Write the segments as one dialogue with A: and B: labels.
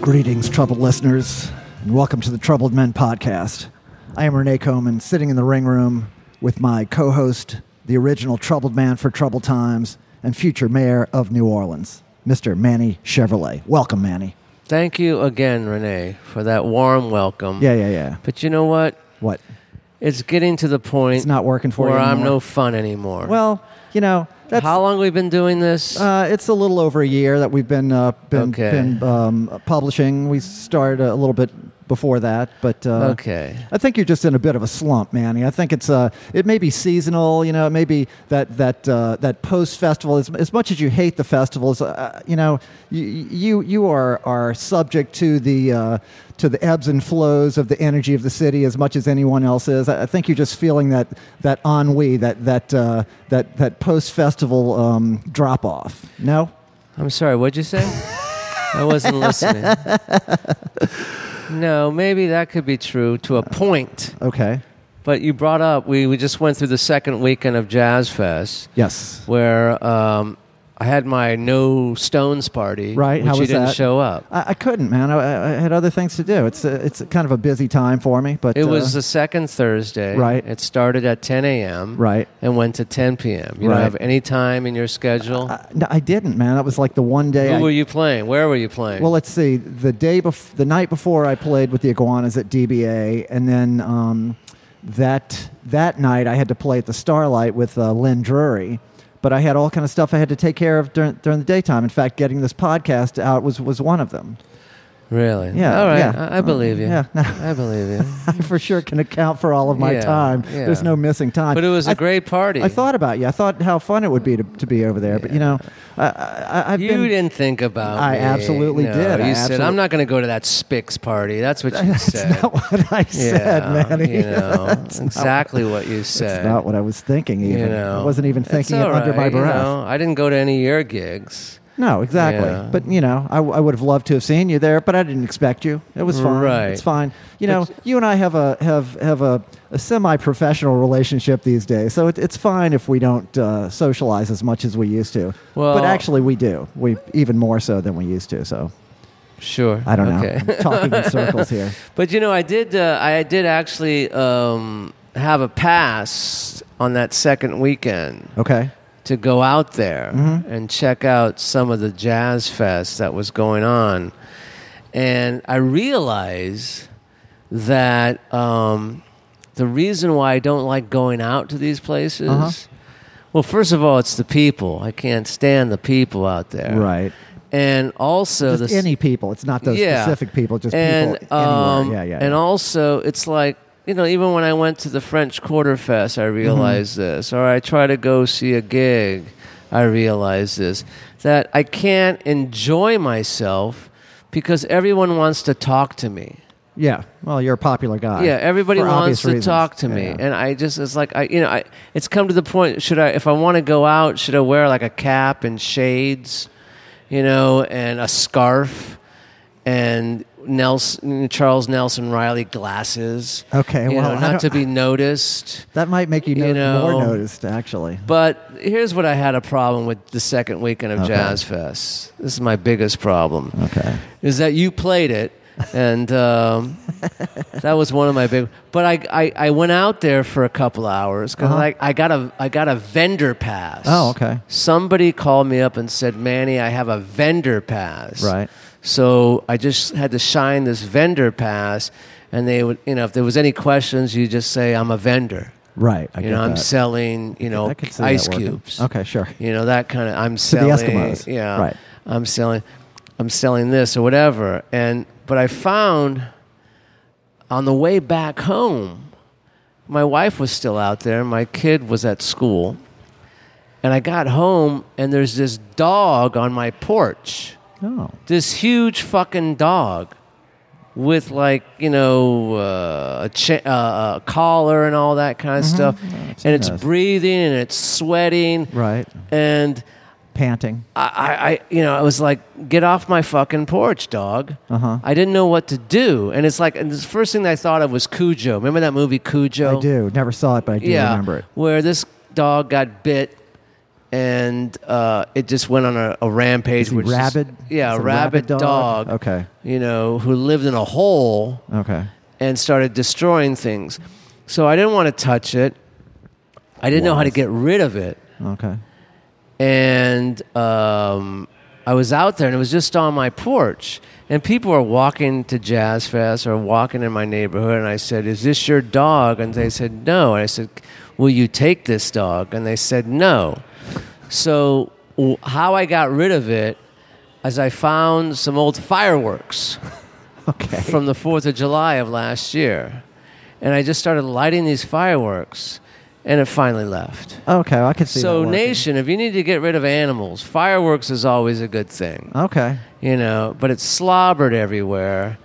A: Greetings, troubled listeners, and welcome to the Troubled Men Podcast. I am Renee Coman, sitting in the ring room with my co host, the original troubled man for troubled times, and future mayor of New Orleans, Mr. Manny Chevrolet. Welcome, Manny.
B: Thank you again, Renee, for that warm welcome.
A: Yeah, yeah, yeah.
B: But you know what?
A: What?
B: It's getting to the point.
A: It's not working for
B: where
A: you
B: I'm
A: anymore.
B: no fun anymore.
A: Well, you know, that's.
B: how long we been doing this?
A: uh, it's a little over a year that we've been uh, been,
B: Okay.
A: been um, publishing. We started a little bit before that, but uh,
B: okay.
A: I think you're just in a bit of a slump, Manny. I think it's uh, it may be seasonal. You know, it may be that that uh, that post festival. As, as much as you hate the festivals, uh, you know, you you, you are, are subject to the uh, to the ebbs and flows of the energy of the city as much as anyone else is. I, I think you're just feeling that that ennui, that that uh, that that post festival um, drop off. No.
B: I'm sorry. What'd you say? I wasn't listening. No, maybe that could be true to a point.
A: Okay.
B: But you brought up we, we just went through the second weekend of Jazz Fest,
A: Yes.
B: where um, I had my No Stones party.
A: Right,
B: Which
A: how
B: you
A: was
B: didn't
A: that?
B: show up.
A: I, I couldn't, man. I- I, I had other things to do. It's a, it's kind of a busy time for me, but
B: It
A: uh,
B: was the second Thursday.
A: Right.
B: It started at 10 a.m.
A: Right.
B: And went to 10 p.m. You
A: Right. Uh,
B: don't have any time in your schedule.
A: I, no, I didn't, man. That was like the one day.
B: Who
A: I,
B: were you playing? Where were you playing?
A: well, let's see. The day bef- the night before, I played with the Iguanas at DBA, and then um, that that night I had to play at the Starlight with uh, Lynn Drury. But I had all kind of stuff I had to take care of during, during the daytime. In fact, getting this podcast out was, was one of them.
B: really?
A: Yeah,
B: All right.
A: yeah.
B: I, I believe you.
A: Yeah, no.
B: I believe you.
A: I for sure can account for all of my
B: Yeah,
A: time.
B: yeah.
A: There's no missing time.
B: But it was a
A: I-
B: great party.
A: I thought about you. I thought how fun it would be to, to be over there. But you know, I, I, I've
B: you
A: been.
B: didn't think about
A: I
B: me.
A: absolutely
B: No,
A: did.
B: You
A: I
B: said,
A: absolute-
B: I'm not going to go to that Spix party. That's what you
A: That's
B: said.
A: not what I said,
B: yeah,
A: Manny.
B: You know,
A: That's not
B: exactly what you said.
A: That's not what I was thinking. Even
B: you know,
A: I wasn't even
B: It's
A: thinking it
B: all
A: under my
B: right, you
A: breath.
B: know. I didn't go to any of your gigs.
A: No, exactly.
B: Yeah.
A: But you know, I, I would have loved to have seen you there, but I didn't expect you. It was fine.
B: Right.
A: It's fine. You know,
B: But-
A: you and I have a have have a, a semi-professional relationship these days, so it, it's fine if we don't uh, socialize as much as we used to. but
B: Well-
A: actually, we do. We even more so than we used to. So
B: Sure.
A: I don't know.
B: Okay.
A: I'm talking in circles here.
B: But you know, I did. Uh, I did actually um, have a pass on that second weekend
A: Okay.
B: to go out there
A: Mm-hmm.
B: and check out some of the jazz fest that was going on, and I realized that um, the reason why I don't like going out to these places.
A: Uh-huh.
B: Well, first of all, it's the people. I can't stand the people out there.
A: Right.
B: And also
A: just
B: the
A: any people. It's not those specific people. Just
B: and,
A: people
B: um,
A: anywhere. Yeah, yeah.
B: And
A: yeah.
B: also, it's like you know, even when I went to the French Quarter Fest,
A: Mm-hmm.
B: I realized this. Or I try to go see a gig, I realized this that I can't enjoy myself because everyone wants to talk to me.
A: yeah. Well, you're a popular guy.
B: Yeah, everybody
A: for
B: wants
A: obvious
B: to
A: reasons.
B: talk to
A: Yeah,
B: me,
A: yeah.
B: and I just it's like I you know I it's come to the point should I if I want to go out should I wear like a cap and shades, you know, and a scarf, and Nelson Charles Nelson Riley glasses.
A: Okay,
B: you
A: well,
B: know,
A: I
B: not
A: don't-
B: to be noticed.
A: That might make you, no-
B: You know.
A: more noticed, actually.
B: But here's what I had a problem with the second weekend of
A: Okay.
B: Jazz Fest. This is my biggest problem
A: Okay.
B: is that you played it, and um, that was one of my big. But I, I, I went out there for a couple hours because
A: Uh-huh.
B: I, I got a I got a vendor pass.
A: Oh, okay.
B: Somebody called me up and said, "Manny, I have a vendor pass."
A: Right.
B: So I just had to shine this vendor pass, and they would, you know, if there was any questions, you just say, "I'm a vendor."
A: Right. I
B: You
A: get
B: know, I'm
A: that.
B: selling, you know,
A: I could see
B: ice
A: that working.
B: cubes.
A: Okay, sure.
B: You know, that kind of I'm
A: To the
B: selling
A: Eskimos.
B: Yeah.
A: Right.
B: I'm selling I'm selling this or whatever. And but I found on the way back home, my wife was still out there, my kid was at school. And I got home and there's this dog on my porch.
A: Oh.
B: This huge fucking dog with like, you know, uh, a, cha- uh, a collar and all that kind of
A: Mm-hmm. Oh,
B: stuff.
A: seen
B: And it's
A: those.
B: breathing and it's sweating.
A: Right.
B: And
A: Panting.
B: I, I, I, you know, I was like, get off my fucking porch, dog.
A: Uh-huh.
B: I didn't know what to do. And it's like, and the first thing that I thought of was Cujo. Remember that movie Cujo?
A: I do. Never saw it, but I do
B: Yeah.
A: remember it.
B: Where this dog got bit and uh, it just went on a, a rampage.
A: Is he
B: which is-
A: rabid?
B: yeah,
A: Is
B: a
A: it
B: rabid,
A: rabid dog?
B: dog.
A: Okay.
B: you know, who lived in a hole
A: Okay.
B: and started destroying things. So I didn't want to touch it. I didn't know how to get rid of it,
A: Okay.
B: and um, I was out there, and it was just on my porch. And people are walking to Jazz Fest or walking in my neighborhood, and I said, "Is this your dog?" And they said, "No." And I said, "Will you take this dog?" And they said, "No." So w- how I got rid of it is I found some old fireworks
A: Okay.
B: from the 4th of July of last year. And I just started lighting these fireworks, and it finally left.
A: okay. I can see. that
B: So,
A: working.
B: nation, if you need to get rid of animals, fireworks is always a good thing,
A: Okay.
B: you know, but it's slobbered everywhere.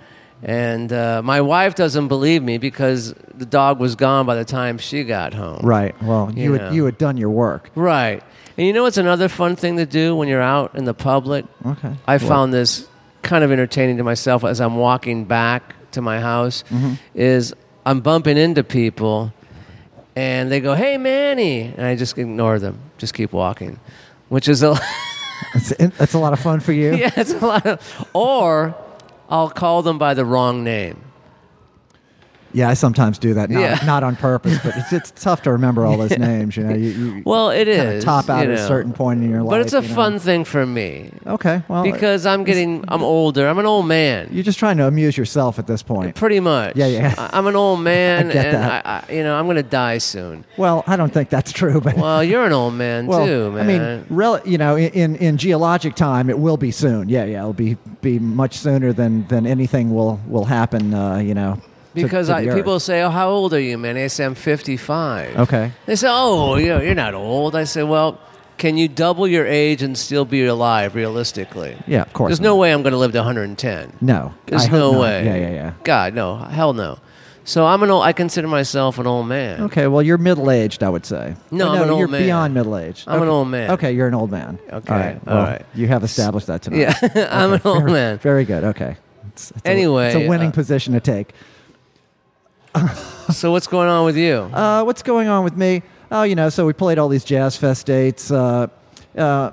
B: And uh, my wife doesn't believe me because the dog was gone by the time she got home.
A: Right. Well, you
B: Yeah.
A: had, you had done your work.
B: Right. And you know what's another fun thing to do when you're out in the public?
A: Okay.
B: I found this kind of entertaining to myself as I'm walking back to my house
A: Mm-hmm.
B: is I'm bumping into people and they go, "Hey Manny." And I just ignore them. Just keep walking. Which is a
A: That's, that's a lot of fun for you.
B: yeah, it's a lot of or I'll call them by the wrong name.
A: Yeah, I sometimes do that. Not,
B: Yeah.
A: not on purpose, but it's, it's tough to remember all those names. You know, you, you
B: Well, it is
A: kinda top out
B: you
A: at
B: know.
A: a certain point in your life.
B: But it's a
A: you know.
B: fun thing for me
A: Okay, well,
B: because I'm getting I'm older. I'm an old man.
A: you're just trying to amuse yourself at this point.
B: Pretty much.
A: Yeah, yeah.
B: I, I'm an old man,
A: I get
B: and
A: that.
B: I, I, you know I'm gonna die soon.
A: Well, I don't think that's true, but
B: Well, you're an old man
A: well,
B: too, man.
A: I mean, rel- you know, in, in in geologic time, it will be soon. Yeah, yeah, it'll be be much sooner than than anything will will happen. Uh, you know, to-
B: because
A: to
B: I,
A: the Earth.
B: people say, "Oh, how old are you, man?" I say, "I'm 55."
A: Okay.
B: They say, "Oh, you know, you're not old." I say, "Well, can you double your age and still be alive realistically?"
A: Yeah, of course.
B: There's no way I'm going to live to 110.
A: no, I
B: There's
A: hope
B: no
A: not.
B: way.
A: Yeah, yeah, yeah.
B: God, no, hell no. So I'm an old. I consider myself an old man.
A: Okay, well, you're middle aged, I would say.
B: No,
A: Well,
B: I'm an old
A: you're
B: man.
A: beyond middle aged.
B: I'm an old man.
A: Okay, you're an old man.
B: Okay,
A: all right.
B: all
A: well,
B: right.
A: You have established that tonight.
B: Yeah, I'm an old man.
A: Very good. Okay. It's, it's a-
B: Anyway,
A: it's a winning
B: uh,
A: position to take.
B: So what's going on with you?
A: Uh, what's going on with me? Oh, you know, so we played all these Jazz Fest dates. Uh, uh,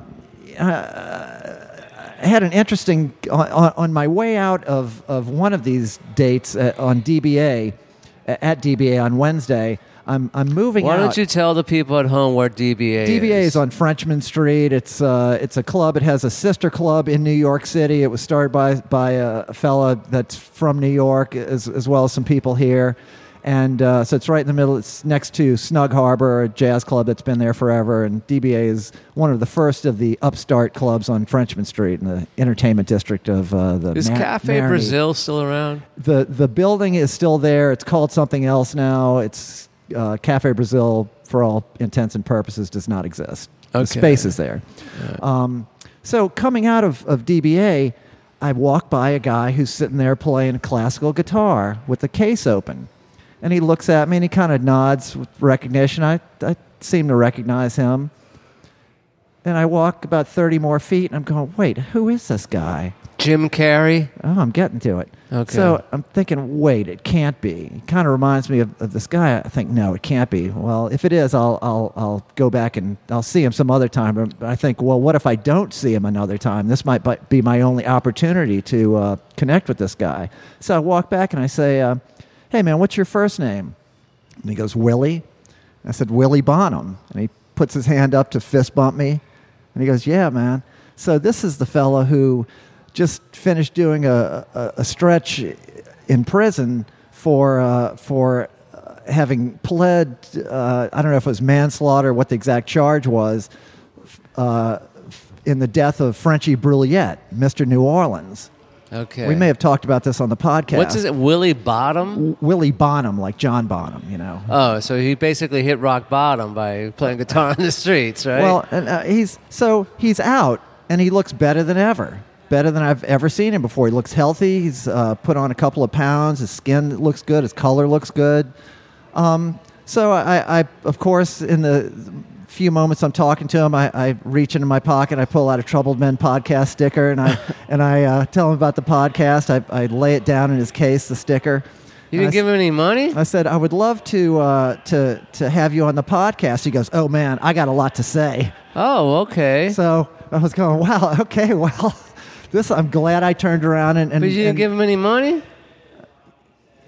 A: I had an interesting on, on- on my way out of, of one of these dates uh, on DBA a- at DBA on Wednesday. I'm I'm moving.
B: Why
A: out.
B: don't you tell the people at home where DBA,
A: DBA is on Frenchman Street. It's uh, it's a club. It has a sister club in New York City. It was started by by a fella that's from New York, as as well as some people here. And uh, so it's right in the middle. It's next to Snug Harbor, a jazz club that's been there forever. And DBA is one of the first of the upstart clubs on Frenchman Street in the entertainment district of uh, the
B: Is
A: Ma-
B: Cafe
A: Marigny
B: Brazil still around?
A: the the building is still there. It's called something else now. It's uh, Cafe Brazil, for all intents and purposes, does not exist.
B: Okay.
A: The space is there. Um, so coming out of, of DBA, I walk by a guy who's sitting there playing classical guitar with the case open, and he looks at me and he kind of nods with recognition. I I seem to recognize him. And I walk about 30 more feet and I'm going, wait, who is this guy?
B: Jim Carrey.
A: Oh, I'm getting to it.
B: Okay.
A: So I'm thinking, wait, it can't be. It kind of reminds me of, of this guy. I think, no, it can't be. Well, if it is, I'll, I'll, I'll go back and I'll see him some other time. But I think, well, what if I don't see him another time? This might bu- be my only opportunity to uh, connect with this guy. So I walk back and I say, uh, hey, man, what's your first name? And he goes, Willie? And I said, Willie Bonham. And he puts his hand up to fist bump me. And he goes, Yeah, man. So this is the fella who just finished doing a, a, a stretch in prison for, uh, for uh, having pled, uh, I don't know if it was manslaughter, what the exact charge was, uh, f- in the death of Frenchie Bruliette, Mr. New Orleans.
B: Okay.
A: We may have talked about this on the podcast.
B: What's his Willie Bottom?
A: Willie Bonham, like John Bonham, you know.
B: Oh, so he basically hit rock bottom by playing guitar on the streets, right?
A: Well, and, uh, he's so he's out, and he looks better than ever. Better than I've ever seen him before. He looks healthy. He's uh, put on a couple of pounds. His skin looks good. His color looks good. Um, so I, I, of course, in the few moments I'm talking to him, I, I reach into my pocket, I pull out a Troubled Men podcast sticker, and I and I uh, tell him about the podcast. I, I lay it down in his case, the sticker.
B: You
A: And I
B: didn't give him any money?
A: I said, I would love to uh, to to have you on the podcast. He goes, Oh man, I got a lot to say.
B: Oh, okay.
A: So I was going, Wow, okay, well, this I'm glad I turned around and, and,
B: but you didn't
A: and
B: give him any money?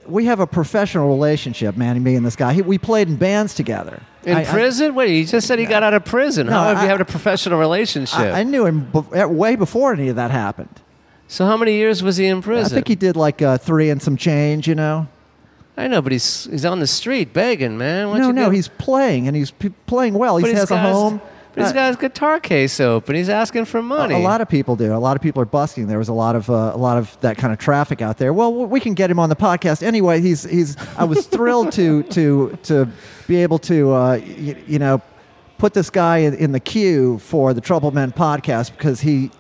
A: we have a professional relationship, man, me and this guy. He, we played in bands together
B: In
A: I- I-
B: prison? Wait, you just said he got out of prison. how have
A: I-
B: you had a professional relationship?
A: I, I knew him be- way before any of that happened.
B: so how many years was he in prison?
A: I think he did like uh, three and some change, you know.
B: I know, but he's he's on the street begging, man. Why don't
A: No,
B: you
A: no,
B: give-
A: he's playing and he's p- playing well.
B: but
A: He
B: he's
A: has a
B: got his-
A: home.
B: But he's
A: Uh,
B: got his guitar case open. He's asking for money.
A: A lot of people do. A lot of people are busking. There was a lot of uh, a lot of that kind of traffic out there. Well, we can get him on the podcast anyway. He's he's. I was thrilled to to to be able to uh, y- you know put this guy in, in the queue for the Trouble Men podcast because he.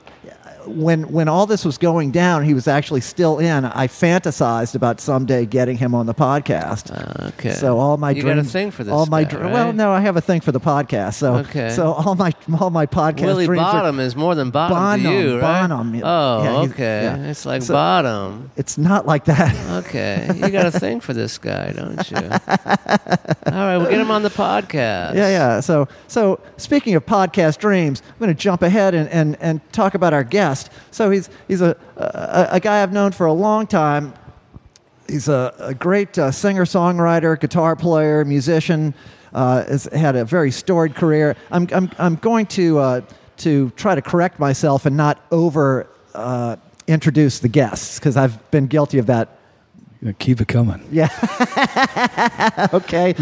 A: When when all this was going down, he was actually still in. I fantasized about someday getting him on the podcast.
B: Okay.
A: So uh, all my
B: you
A: dreams,
B: got a thing for this.
A: all my
B: guy,
A: dr-
B: right?
A: well, no, I have a thing for the podcast. So
B: Okay.
A: so all my all my podcast
B: Willie
A: dreams are-
B: Bottom is more than bottom to
A: Bonham,
B: you, right?
A: Bonham, yeah.
B: Oh,
A: Yeah, he's-
B: okay.
A: yeah.
B: It's like
A: So-
B: bottom.
A: It's not like that.
B: Okay, you got a thing for this guy, don't you? All right, we'll get him on the podcast.
A: yeah, yeah. So, so speaking of podcast dreams, I'm going to jump ahead and, and, and talk about our guest. So he's he's a, a a guy I've known for a long time. He's a, a great uh, singer songwriter, guitar player, musician. Uh, has had a very storied career. I'm I'm I'm going to uh, to try to correct myself and not over. Uh, introduce the guests because I've been guilty of that.
C: You know, keep it coming.
A: Okay,
C: I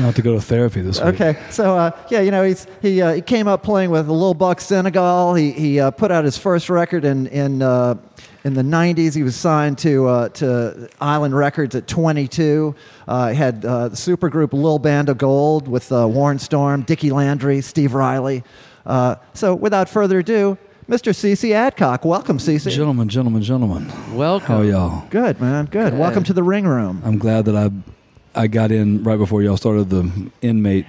C: have to go to therapy this week.
A: Okay, so uh, yeah, you know, he's, he uh, he came up playing with Lil Buck Senegal. He he uh, put out his first record in in uh, in the '90s. He was signed to uh, to Island Records at 22. Uh, he had uh, the supergroup Lil Band of Gold with uh, Warren Storm, Dickie Landry, Steve Riley. Uh, so without further ado, Mr. CC Adcock, welcome, CC.
C: Gentlemen, gentlemen, gentlemen.
B: Welcome.
C: How are y'all?
A: Good man, good.
B: Good.
A: Welcome to the Ring Room.
C: I'm glad that I I got in right before y'all started the inmate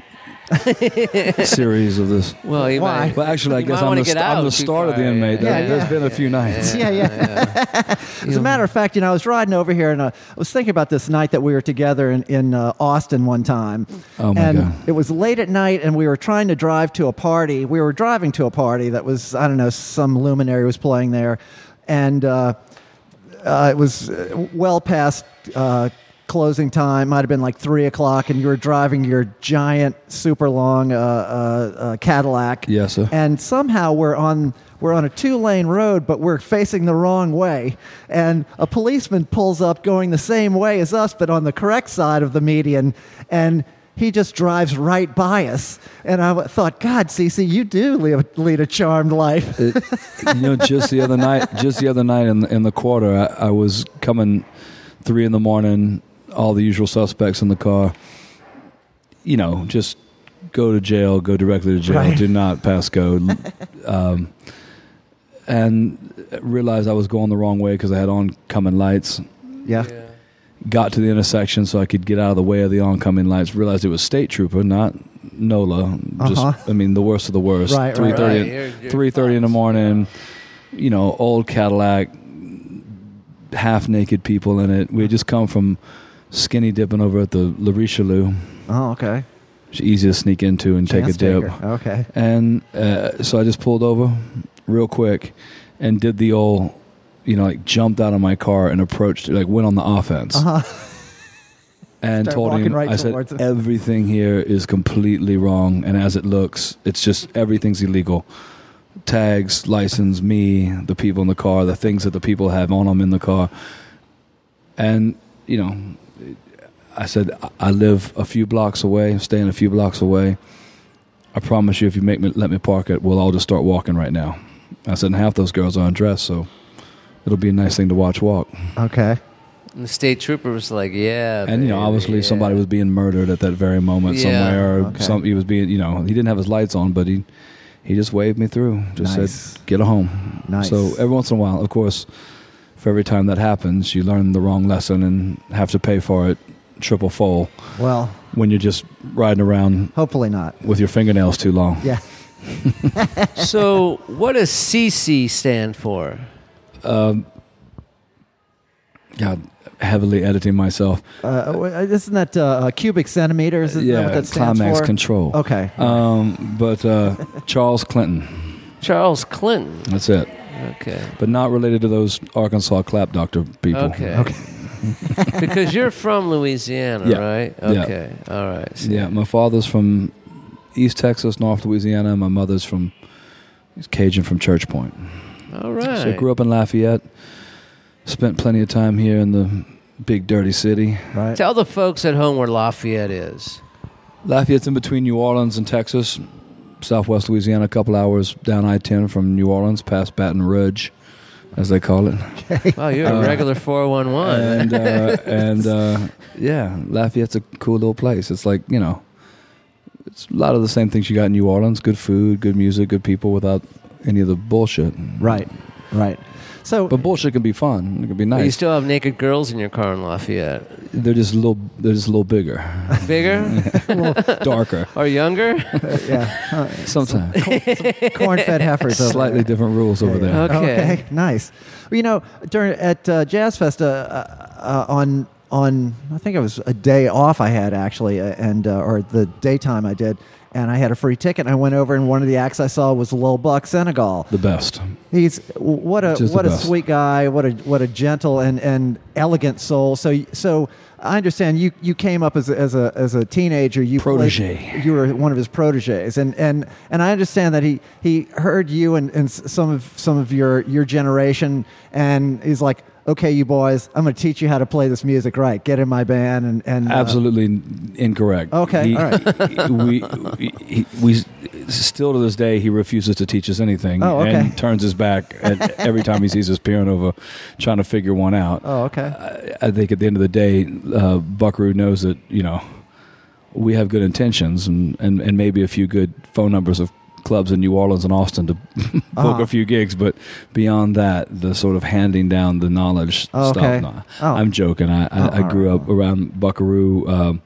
C: series of this.
B: Well, you
A: Why?
B: might.
C: Well, actually, I
B: You
C: guess
B: might
C: I'm
B: wanna
C: the,
B: get
C: st- I'm
B: out
C: the
B: too
C: star of the
B: far,
C: inmate.
B: yeah,
C: There-
A: yeah,
C: There's
A: yeah.
C: been a few nights.
A: Yeah, yeah. As a matter of fact, you know, I was riding over here and uh, I was thinking about this night that we were together in, in uh, Austin one time.
C: Oh, my
A: and
C: God.
A: it was late at night and we were trying to drive to a party. We were driving to a party that was, I don't know, some luminary was playing there. And uh, uh, it was uh, well past uh, closing time. Might have been like three o'clock, and you were driving your giant, super long uh, uh, uh, Cadillac.
C: Yes, sir.
A: And somehow we're on we're on a two lane road, but we're facing the wrong way. And a policeman pulls up, going the same way as us, but on the correct side of the median, and. He just drives right by us, and I w- thought, God, Cece, you do live, lead a charmed life.
C: It- you know, just the other night, just the other night in in the quarter, I, I was coming three in the morning, all the usual suspects in the car. You know, just go to jail, go directly to jail.
A: Right.
C: Do not pass go. um, and realized I was going the wrong way because I had oncoming lights.
A: Yeah,
B: Yeah.
C: Got to the intersection so I could get out of the way of the oncoming lights. Realized it was state trooper, not NOLA. Just,
A: Uh-huh.
C: I mean, the worst of the worst.
A: Right, right,
C: Three
A: right.
C: thirty
B: Right, you're- you're
C: three thirty in the
B: fucked.
C: morning. You know, old Cadillac, half naked people in it. We had just come from skinny dipping over at the La Richelieu.
A: Oh, okay.
C: It's easy to sneak into and take a
A: Chance
C: dip.
A: taker. Okay.
C: And uh, so I just pulled over real quick and did the old, you know, like jumped out of my car and approached, like went on the offense.
A: Uh-huh.
C: And
A: Start
C: told
A: walking
C: him,
A: right
C: I said,
A: towards him.
C: everything here is completely wrong. And as it looks, it's just everything's illegal. Tags, license, me, the people in the car, the things that the people have on them in the car. And, you know, I said, "I- I live a few blocks away, staying a few blocks away. I promise you, if you make me let me park it, we'll all just start walking right now. I said, and half those girls are undressed, so it'll be a nice thing to watch walk.
A: Okay.
B: And the state trooper was like, "Yeah."
C: and you know,
B: baby,
C: obviously,
B: yeah.
C: somebody was being murdered at that very moment
B: Yeah.
C: somewhere. Or
A: Okay.
C: some he was being, you know, he didn't have his lights on, but he he just waved me through. Just
A: Nice.
C: said, "Get a home."
A: Nice.
C: So every once in a while, of course, for every time that happens, you learn the wrong lesson and have to pay for it triple fold
A: well,
C: when you're just riding around
A: hopefully not.
C: with your fingernails too long.
A: Yeah.
B: So, what does CC stand for?
C: God, Um, heavily editing myself.
A: Uh, w- isn't that uh, cubic centimeters? Isn't that what that stands
C: climax
A: for?
C: control.
A: Okay.
C: Um, but uh, Charles Clinton.
B: Charles Clinton.
C: That's it.
B: Okay.
C: But not related to those Arkansas clap doctor people.
B: Okay. because you're from Louisiana,
C: Yeah.
B: right?
C: Yeah.
B: Okay. All right. So-
C: Yeah, my father's from East Texas, North Louisiana. and My mother's from he's Cajun from Church Point.
B: All right.
C: So I grew up in Lafayette. Spent plenty of time here in the big dirty city.
A: right.
B: Tell the folks at home where Lafayette is.
C: Lafayette's in between New Orleans and Texas, southwest Louisiana, a couple hours down I 10 from New Orleans, past Baton Rouge, as they call it.
B: Wow, you're a
C: Uh,
B: regular 411.
C: And, uh, and uh, yeah, Lafayette's a cool little place. It's like, you know, it's a lot of the same things you got in New Orleans good food, good music, good people without any of the bullshit.
A: Right. Right. So
C: But bullshit can be fun. It can be
B: But You
C: nice.
B: still have naked girls in your car in Lafayette.
C: They're just a little. They're just a little bigger,
B: Bigger
C: darker.
B: or younger?
A: uh, yeah, uh,
C: Sometimes
A: corn-fed heifers. over there.
C: slightly different rules over there.
B: Okay.
A: nice. Well, you know, during at uh, Jazz Fest uh, uh, uh, on on I think it was a day off I had actually, uh, and uh, or the daytime I did, and I had a free ticket. and I went over, and one of the acts I saw was Lil Buck Senegal.
C: The best.
A: He's what a
C: Which is the
A: what a
C: best.
A: sweet guy. What a what a gentle and, and elegant soul. So so I understand you you came up as a, as a as a teenager. You played-
C: Protege.
A: you were one of his proteges, and and, and I understand that he, he heard you and, and s- some of some of your your generation, and he's like, okay, you boys, I'm going to teach you how to play this music right. Get in my band and and uh,
C: Absolutely n- incorrect.
A: Okay, all
C: right. we, he- we still to this day he refuses to teach us anything
A: Oh, okay.
C: and turns his back at, every time he sees us peering over, trying to figure one out.
A: oh, okay.
C: I, I think at the end of the day, uh, Buckaroo knows that you know we have good intentions and, and, and maybe a few good phone numbers of clubs in New Orleans and Austin to book
A: Uh-huh.
C: a few gigs, but beyond that, the sort of handing down the knowledge
A: Oh,
C: stuff.
A: okay.
C: nah.
A: Oh.
C: I'm joking. I, I,
A: Oh,
C: I grew up around Buckaroo. Um,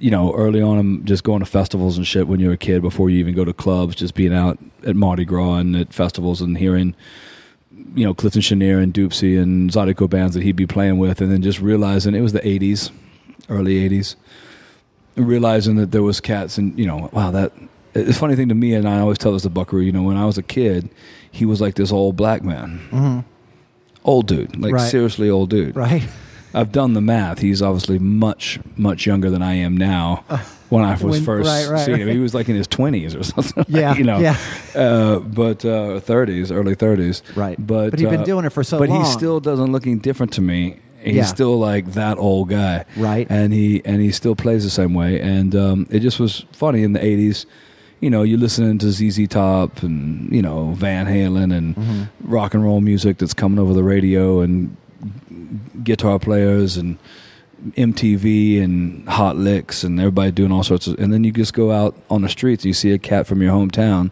C: you know, early on, I'm just going to festivals and shit when you're a kid before you even go to clubs, just being out at Mardi Gras and at festivals and hearing, you know, Clifton Chenier and Doopsie and Zydeco bands that he'd be playing with. And then just realizing it was the 80s, early 80s, realizing that there was cats and, you know, wow, that. It's a funny thing to me, and I always tell this to Buckaroo, you know, when I was a kid, he was like this old black man. Old dude, like
A: Right.
C: seriously old dude.
A: right.
C: I've done the math. He's obviously much, much younger than I am now. When I was
A: When-
C: first
A: right, right,
C: seeing him,
A: right.
C: he was like in his twenties or something.
A: Yeah,
C: you know.
A: yeah.
C: Uh, but thirties, early thirties.
A: Right.
C: But
A: But he'd been
C: uh,
A: doing it for so
C: But
A: long.
C: he still doesn't look any different to me. He's
A: Yeah.
C: still like that old guy.
A: Right.
C: And he and he still plays the same way. And um, it just was funny in the eighties. You know, you're listening to ZZ Top and you know Van Halen and rock and roll music that's coming over the radio and guitar players and MTV and hot licks and everybody doing all sorts of and then you just go out on the streets and you see a cat from your hometown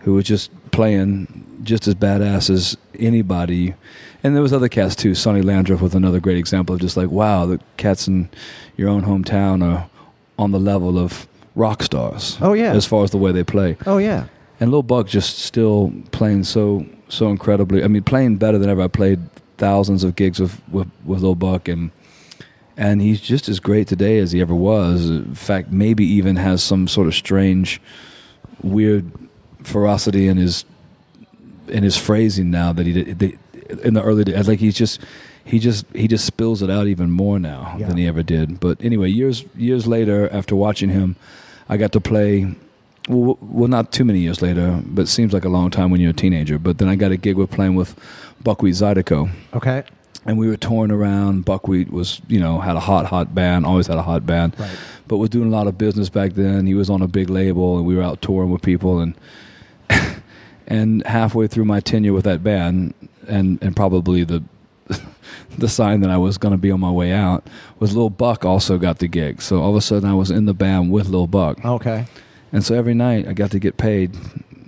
C: who was just playing just as badass as anybody and there was other cats too Sonny Landreth was another great example of just like wow the cats in your own hometown are on the level of rock stars
A: Oh, yeah.
C: as far as the way they play
A: Oh yeah.
C: and Lil Buck just still playing so so incredibly. I mean, playing better than ever. I played thousands of gigs with with, with Lil Buck, and and he's just as great today as he ever was. In fact, maybe even has some sort of strange, weird ferocity in his in his phrasing now that he did that- in the early days. Like he's just. He just he just spills it out even more now
A: Yeah.
C: than he ever did. But anyway, years years later, after watching him, I got to play well, well, not too many years later, but seems like a long time when you're a teenager. But then I got a gig with playing with Buckwheat Zydeco,
A: Okay.
C: and we were touring around. Buckwheat was, you know, had a hot, hot band, always had a hot band,
A: Right.
C: but was doing a lot of business back then. He was on a big label, and we were out touring with people. And and halfway through my tenure with that band, and and probably the the sign that I was going to be on my way out was Lil Buck also got the gig. So all of a sudden, I was in the band with Lil Buck.
A: Okay.
C: And so every night I got to get paid,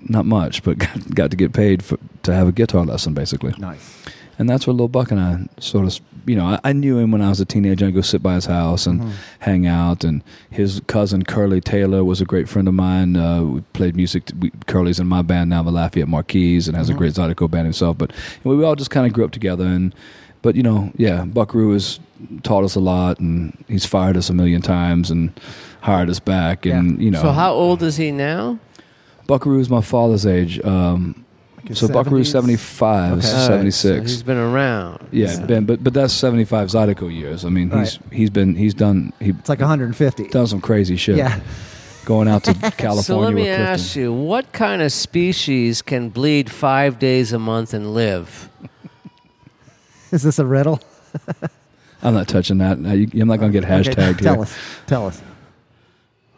C: not much, but got, got to get paid for, to have a guitar lesson, basically.
A: Nice.
C: And that's where Lil Buck and I sort of, you know, I, I knew him when I was a teenager. I'd go sit by his house
B: Hmm.
C: and hang out. And his cousin Curly Taylor was a great friend of mine. Uh, we played music. we, Curly's in my
B: Hmm.
C: band now, the Lafayette Marquise, and has a great Zydeco band himself. But we, we all just kind of grew up together. And But you know, yeah, Buckaroo has taught us a lot, and he's fired us a million times and hired us back. And you know,
B: So how old is he now?
C: Buckaroo's my father's age. Um,
A: his
C: so Buckaroo's
A: 70s? Okay.
C: 75,
B: All right, so
C: 76.
B: he's been around.
C: yeah, Ben, but but that's 75 Zydeco years. I mean, he's he's been he's done he
A: It's like 150.
C: done some crazy shit.
A: Yeah.
C: Going out to California
B: So let
C: with
B: me
C: Clifton.
B: ask you, what kind of species can bleed five days a month and live?
A: Is this a riddle?
C: I'm not touching that. Uh, you- I'm not going to get
A: Okay,
C: hashtagged here.
A: Tell us. Tell us.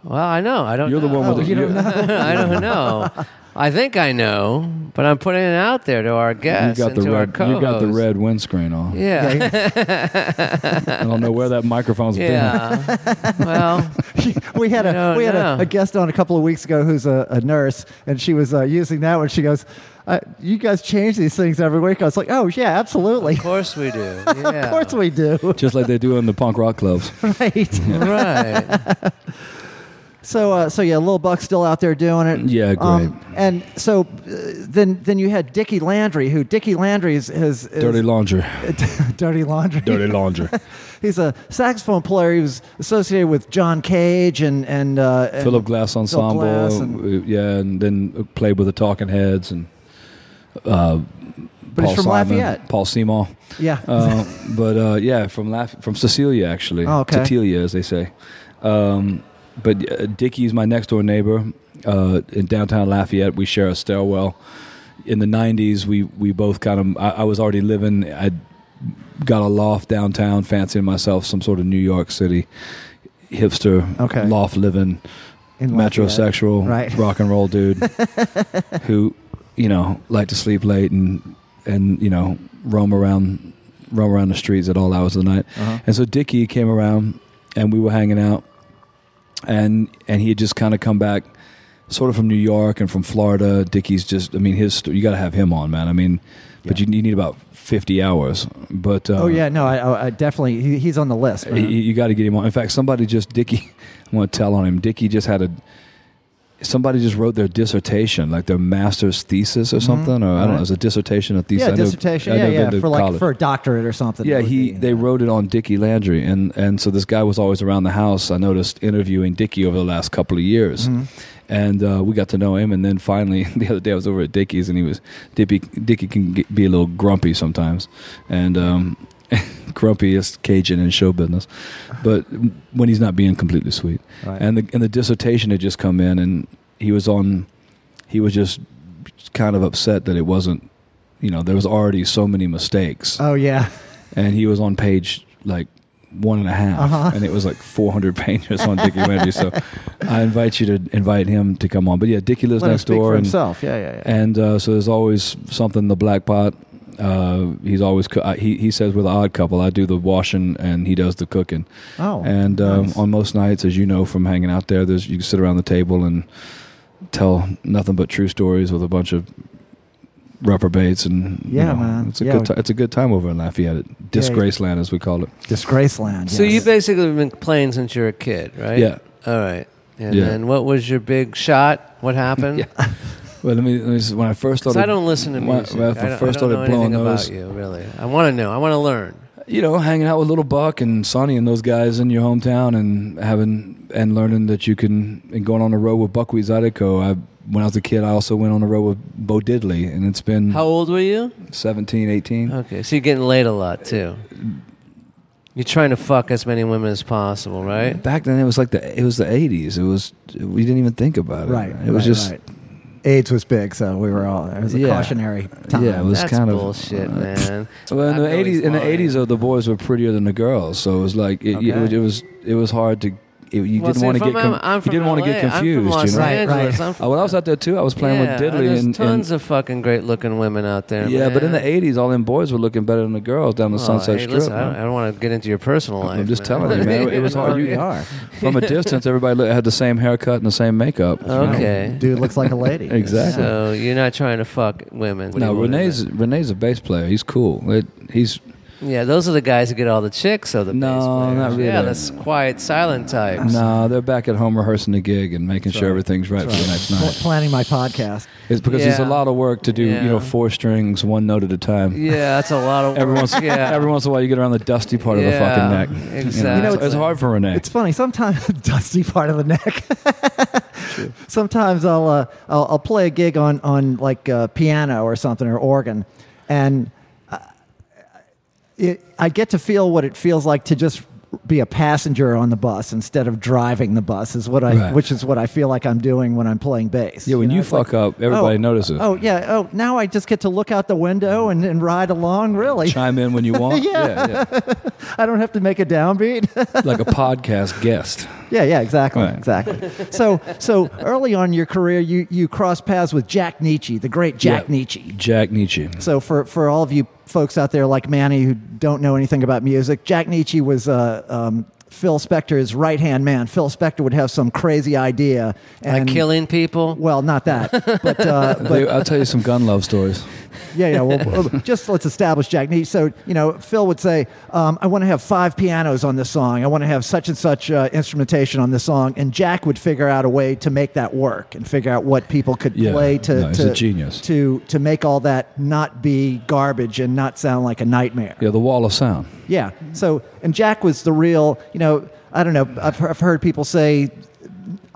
B: Well, I know. I don't.
C: You're the
B: know.
C: one with the
A: Oh, you don't know?
B: I don't know. I think I know, but I'm putting it out there to our
C: You
B: guests
C: got
B: and
C: the
B: to our
C: red.
B: co-hosts.
C: You got the red windscreen on.
B: Yeah. Yeah.
A: Yeah,
C: I don't know where that microphone's
B: well,
A: we had
B: I
A: a
B: don't
A: we had a,
B: know.
A: a guest on a couple of weeks ago who's a, a nurse, and she was uh, using that one. She goes, uh, "You guys change these things every week." I was like, "Oh yeah, absolutely.
B: of course we do. Yeah.
A: of course we do."
C: been, just like they do in the punk rock clubs.
A: right.
B: Right.
A: So uh, so yeah, Lil Buck's still out there doing it. Um,
C: Yeah, great.
A: and so uh, then then you had Dickie Landry, who Dickie Landry is, is, is
C: Dirty laundry.
A: dirty laundry.
C: Dirty laundry.
A: He's a saxophone player. He was associated with John Cage and and, uh, and
C: Philip Glass Ensemble.
A: Glass and-
C: uh, yeah, and then played with the Talking Heads and
A: But
C: Paul
A: he's from
C: Simon,
A: Lafayette.
C: Paul Seymour.
A: Yeah.
C: Uh, but uh, yeah, from Laf- from Cecilia actually.
A: Oh, okay.
C: Tatilia, as they say. Um, but uh, Dickie's my next door neighbor uh, in downtown Lafayette. We share a stairwell. In the '90s, we we both kind of. I, I was already living. I got a loft downtown, fancying myself some sort of New York City hipster
A: Okay.
C: loft living
A: in Lafayette.
C: metrosexual
A: Right.
C: rock and roll dude who you know liked to sleep late and and you know roam around roam around the streets at all hours of the night
A: Uh-huh.
C: and so dickie came around and we were hanging out and and he had just kind of come back sort of from new york and from florida dickie's just i mean his sto- you got to have him on man i mean but you, you need about 50 hours but uh,
A: Oh yeah, no, I- I, I definitely he, he's on the list. uh-huh.
C: you,
A: man.
C: got to get him on. In fact, somebody just Dicky. I want to tell on him. Dicky just had a. Somebody just wrote their dissertation, like their master's thesis or something, or I don't know. It was a dissertation, a thesis.
A: Mm-hmm. yeah,
C: I know-
A: dissertation.
C: I know
A: yeah,
C: been
A: yeah,
C: to
A: for like
C: college.
A: for a doctorate or something.
C: Yeah,
A: It would
C: he
A: be-
C: they wrote it on Dickie Landry, and and so this guy was always around the house. I noticed interviewing Dickie over the last couple of years,
A: Mm-hmm.
C: and uh, we got to know him. And then finally, the other day I was over at Dickie's, and he was Dippy. Dickie can get, be a little grumpy sometimes, and um, grumpiest Cajun in show business, but when he's not being completely sweet.
A: Right.
C: And the and the dissertation had just come in, and he was on. He was just kind of upset that it wasn't. You know, there was already so many mistakes
A: Oh yeah,
C: and he was on page like one and a half,
A: Uh-huh.
C: and it was like 400 pages on Dickie Landry. So I invite you to invite him to come on. But yeah, Dickie lives
A: let him
C: next
A: speak
C: door,
A: for
C: and
A: himself. Yeah, yeah, yeah.
C: and uh, so there's always something in the black pot. Uh, he's always co- I, he he says we're the odd couple. I do the washing and he does the cooking.
A: Oh,
C: and um,
A: nice.
C: on most nights, as you know from hanging out there, there's you can sit around the table and tell nothing but true stories with a bunch of reprobates and you
A: Yeah,
C: know,
A: man.
C: It's a
A: Yeah.
C: good ti- it's a good time over in Lafayette, disgrace land as we call it.
A: Disgraceland.
B: So
A: yes.
B: you basically been playing since you were a kid, right?
C: Yeah.
B: All right. And
C: Yeah.
B: then what was your big shot? What happened?
C: Well, let me, let me s- when I first
B: Because
C: started,
B: I don't listen to
C: when-
B: music.
C: when I
B: I don't,
C: first
B: I don't know
C: started blowing
B: anything
C: those,
B: about you, really. I want to know. I want to learn.
C: you know, hanging out with Little Buck and Sonny and those guys in your hometown and having and learning that you can and going on the road with Buckwheat Zydeco. I when I was a kid, I also went on the road with Bo Diddley, and it's been
B: How Oh, old were you?
C: 17, 18.
B: Okay, so you're getting laid a lot too. You're trying to fuck as many women as possible, right?
C: Back then, it was like the it was the eighties. It was we didn't even think about it.
A: right.
C: It was
A: right,
C: just
A: right. AIDS was big, so we were all. It was a
C: Yeah.
A: cautionary time.
C: yeah. It was
B: That's
C: kind of uh,
B: bullshit, man.
C: Well, in
B: I know
C: the
B: he's
C: eighties, in the
B: lying.
C: eighties, though, the boys were prettier than the girls, so it was like it,
A: Okay.
C: it, was- it was it was hard to. It, you
B: Well,
C: didn't
B: see,
C: want to
B: if
C: get
B: I'm-
C: com-
B: I'm
C: you
B: from
C: didn't want to
B: LA.
C: get
B: I'm from
C: confused,
B: Los
C: you know.
A: Right, right.
B: Angeles. I'm from
C: Uh, when I was out there too, I was playing
B: Yeah,
C: with Diddley
B: There's
C: and,
B: tons
C: and
B: of fucking great looking women out there.
C: yeah, but in the
B: man.
C: eighties, all them boys were looking better than the girls down the
B: Well,
C: Sunset
B: Oh, hey,
C: Strip.
B: listen, I
C: man.
B: don't, I don't want to get into your personal life.
C: I'm just
B: man.
C: telling you, man. It was hard.
A: You
C: You-
A: are.
C: From a distance, everybody looked, had the same haircut and the same makeup. you know.
B: okay.
A: Dude looks like a lady.
C: Exactly.
B: So you're not trying to fuck women.
C: No,
B: You wanna-
C: Renee's Renee's a bass player. He's cool. It, he's
B: Yeah, those are the guys who get all the chicks of the
C: No,
B: bass players.
C: not
B: Yeah,
C: really.
B: that's quiet, silent types.
C: No, they're back at home rehearsing the gig and making sure
A: right.
C: everything's right for the next
A: Pl-
C: night.
A: planning my podcast.
C: It's because it's a
B: Yeah.
C: lot of work to do,
B: Yeah.
C: you know, four strings, one note at a time.
B: Yeah, that's a lot of work.
C: Every once,
B: yeah.
C: every once in a while, you get around the dusty part
B: Yeah,
C: of the fucking neck. You know,
B: exactly.
C: it's- it's hard for Renee.
A: It's funny. Sometimes dusty part of the neck. Sometimes I'll, uh, I'll I'll play a gig on on like uh, piano or something or organ, and it, I get to feel what it feels like to just be a passenger on the bus instead of driving the bus is what I
C: Right.
A: which is what I feel like I'm doing when I'm playing bass.
C: yeah, when you,
A: it's like,
C: fuck up, everybody
A: oh,
C: notices.
A: Oh yeah. Oh, now I just get to look out the window and, and ride along. Really,
C: Chime in when you want.
A: Yeah.
C: yeah,
A: I don't have to make a downbeat.
C: yeah. like a podcast guest.
A: Yeah, yeah, exactly,
C: Right.
A: exactly. So, so early on in your career, you you crossed paths with Jack Nietzsche, the great Jack
C: Yeah.
A: Nietzsche.
C: Jack Nietzsche.
A: So, for for all of you folks out there like Manny who don't know anything about music, Jack Nietzsche was uh, um, Phil Spector's right hand man. Phil Spector would have some crazy idea
B: Like
A: and
B: killing people.
A: Well, not that, but uh,
C: They- I'll tell you some gun love stories.
A: yeah, yeah. Well, well, just let's establish Jack Nietzsche. So, you know, Phil would say, um, I want to have five pianos on this song. I want to have such and such uh, instrumentation on this song. And Jack would figure out a way to make that work and figure out what people could
C: Yeah.
A: play to,
C: No, he's
A: to,
C: a genius.
A: to to make all that not be garbage and not sound like a nightmare.
C: Yeah, the wall of sound.
A: Yeah.
C: Mm-hmm.
A: So, and Jack was the real, you know, I don't know, I've, I've heard people say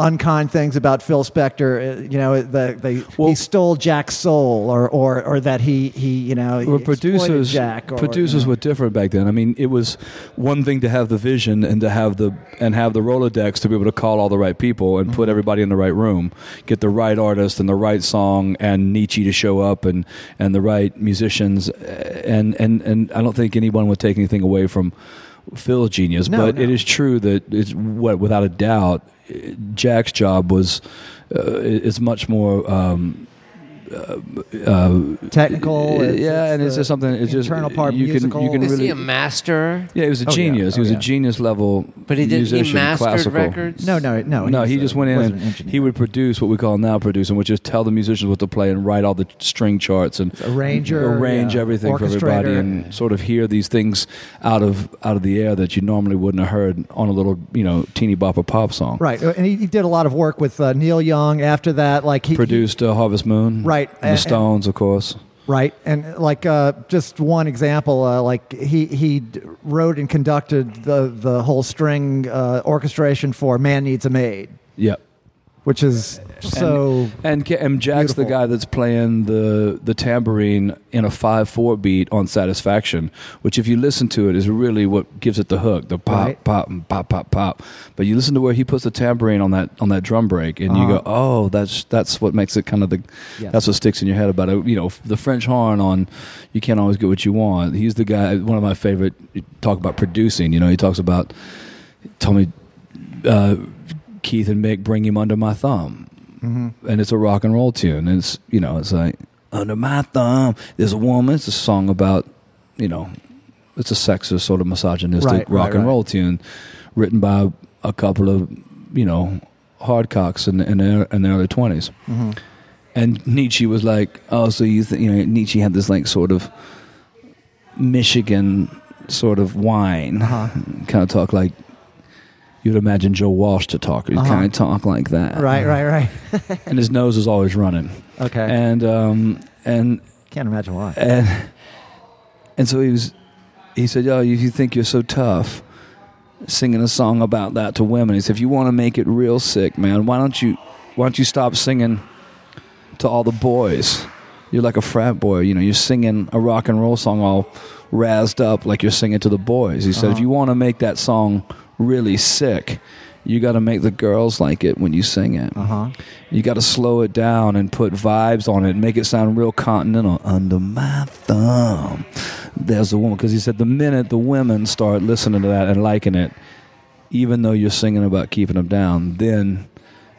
A: unkind things about Phil Spector, uh, you know, the, they, he stole Jack's soul or, or, or that he, he, you know, he
C: Well,
A: exploited
C: producers
A: Jack or,
C: producers
A: you know.
C: were different back then. I mean, it was one thing to have the vision and to have the and have the Rolodex to be able to call all the right people and
A: Mm-hmm.
C: put everybody in the right room, get the right artist and the right song and Nietzsche to show up and and the right musicians and and and I don't think anyone would take anything away from Phil's genius,
A: No,
C: but
A: no.
C: it is true that it's what without a doubt eh, Jack's job was uh, is much more um,
A: technical.
C: yeah, and it's
A: the
C: just something. It's just
A: internal part
C: you can
A: musical.
C: you can
B: Is
C: really.
B: he a master?
C: yeah, he was a
A: Oh, yeah.
C: genius.
A: Oh,
C: He was
A: yeah.
C: a genius level.
B: But he didn't.
C: musician,
B: he mastered
C: classical.
B: records.
A: no, no, no.
C: No, he
A: was,
C: just
A: uh,
C: went in
A: was
C: and
A: an engineer.
C: he would produce what we call now producing, which is tell the musicians what to play and write all the string charts and
A: arranger,
C: arrange
A: yeah,
C: everything for everybody,
A: orchestrator.
C: and sort of hear these things out of out of the air that you normally wouldn't have heard on a little you know teeny bopper pop song.
A: Right, and he, he did a lot of work with uh, Neil Young after that. Like he, he
C: Produced uh, Harvest Moon.
A: Right,
C: And
A: and-
C: the Stones, of course.
A: right and like uh, just one example uh, like he he d- wrote and conducted the the whole string uh, orchestration for man needs a maid
C: Yep.
A: which is so
C: And, Ca- and Jack's the
A: Beautiful.
C: guy that's playing the the tambourine in a five four beat on Satisfaction, which if you listen to it is really what gives it the hook, the pop
A: Right.
C: pop and pop pop pop. But you listen to where he puts the tambourine on that on that drum break, and you
A: Uh-huh.
C: go, oh, that's that's what makes it kind of the
A: Yes.
C: that's what sticks in your head about it. You know, f- the French horn on you can't always get what you want. He's the guy. One of my favorite talk about producing. You know, he talks about Tommy. Uh, Keith and Mick bring him under my thumb and it's a rock and roll tune. And it's you know, it's like under my thumb. There's a woman. It's a song about you know, it's a sexist sort of misogynistic
A: Right,
C: rock
A: right,
C: and
A: right.
C: roll tune, written by a couple of you know hardcocks in in their in their early 20s
A: mm-hmm,
C: And Nietzsche was like, oh, so you think you know Nietzsche had this like sort of Michigan sort of wine
A: uh-huh.
C: kind of talk like. You'd imagine Joe Walsh to talk. He'd
A: Uh-huh.
C: kind of talk like that,
A: right right right
C: And his nose is always running
A: okay
C: and um, and
A: can't imagine why
C: and and so he was. He said, "Yo, if you think you're so tough, singing a song about that to women, he said, if you want to make it real sick, man, why don't you why don't you stop singing to all the boys? You're like a frat boy, you know. You're singing a rock and roll song all razzed up, like you're singing to the boys. He said, if you want to make that song really sick." You got to make the girls like it when you sing it.
A: uh-huh
C: You got to slow it down and put vibes on it and make it sound real continental. Under my thumb, there's a woman. Because he said the minute the women start listening to that and liking it, even though you're singing about keeping them down, then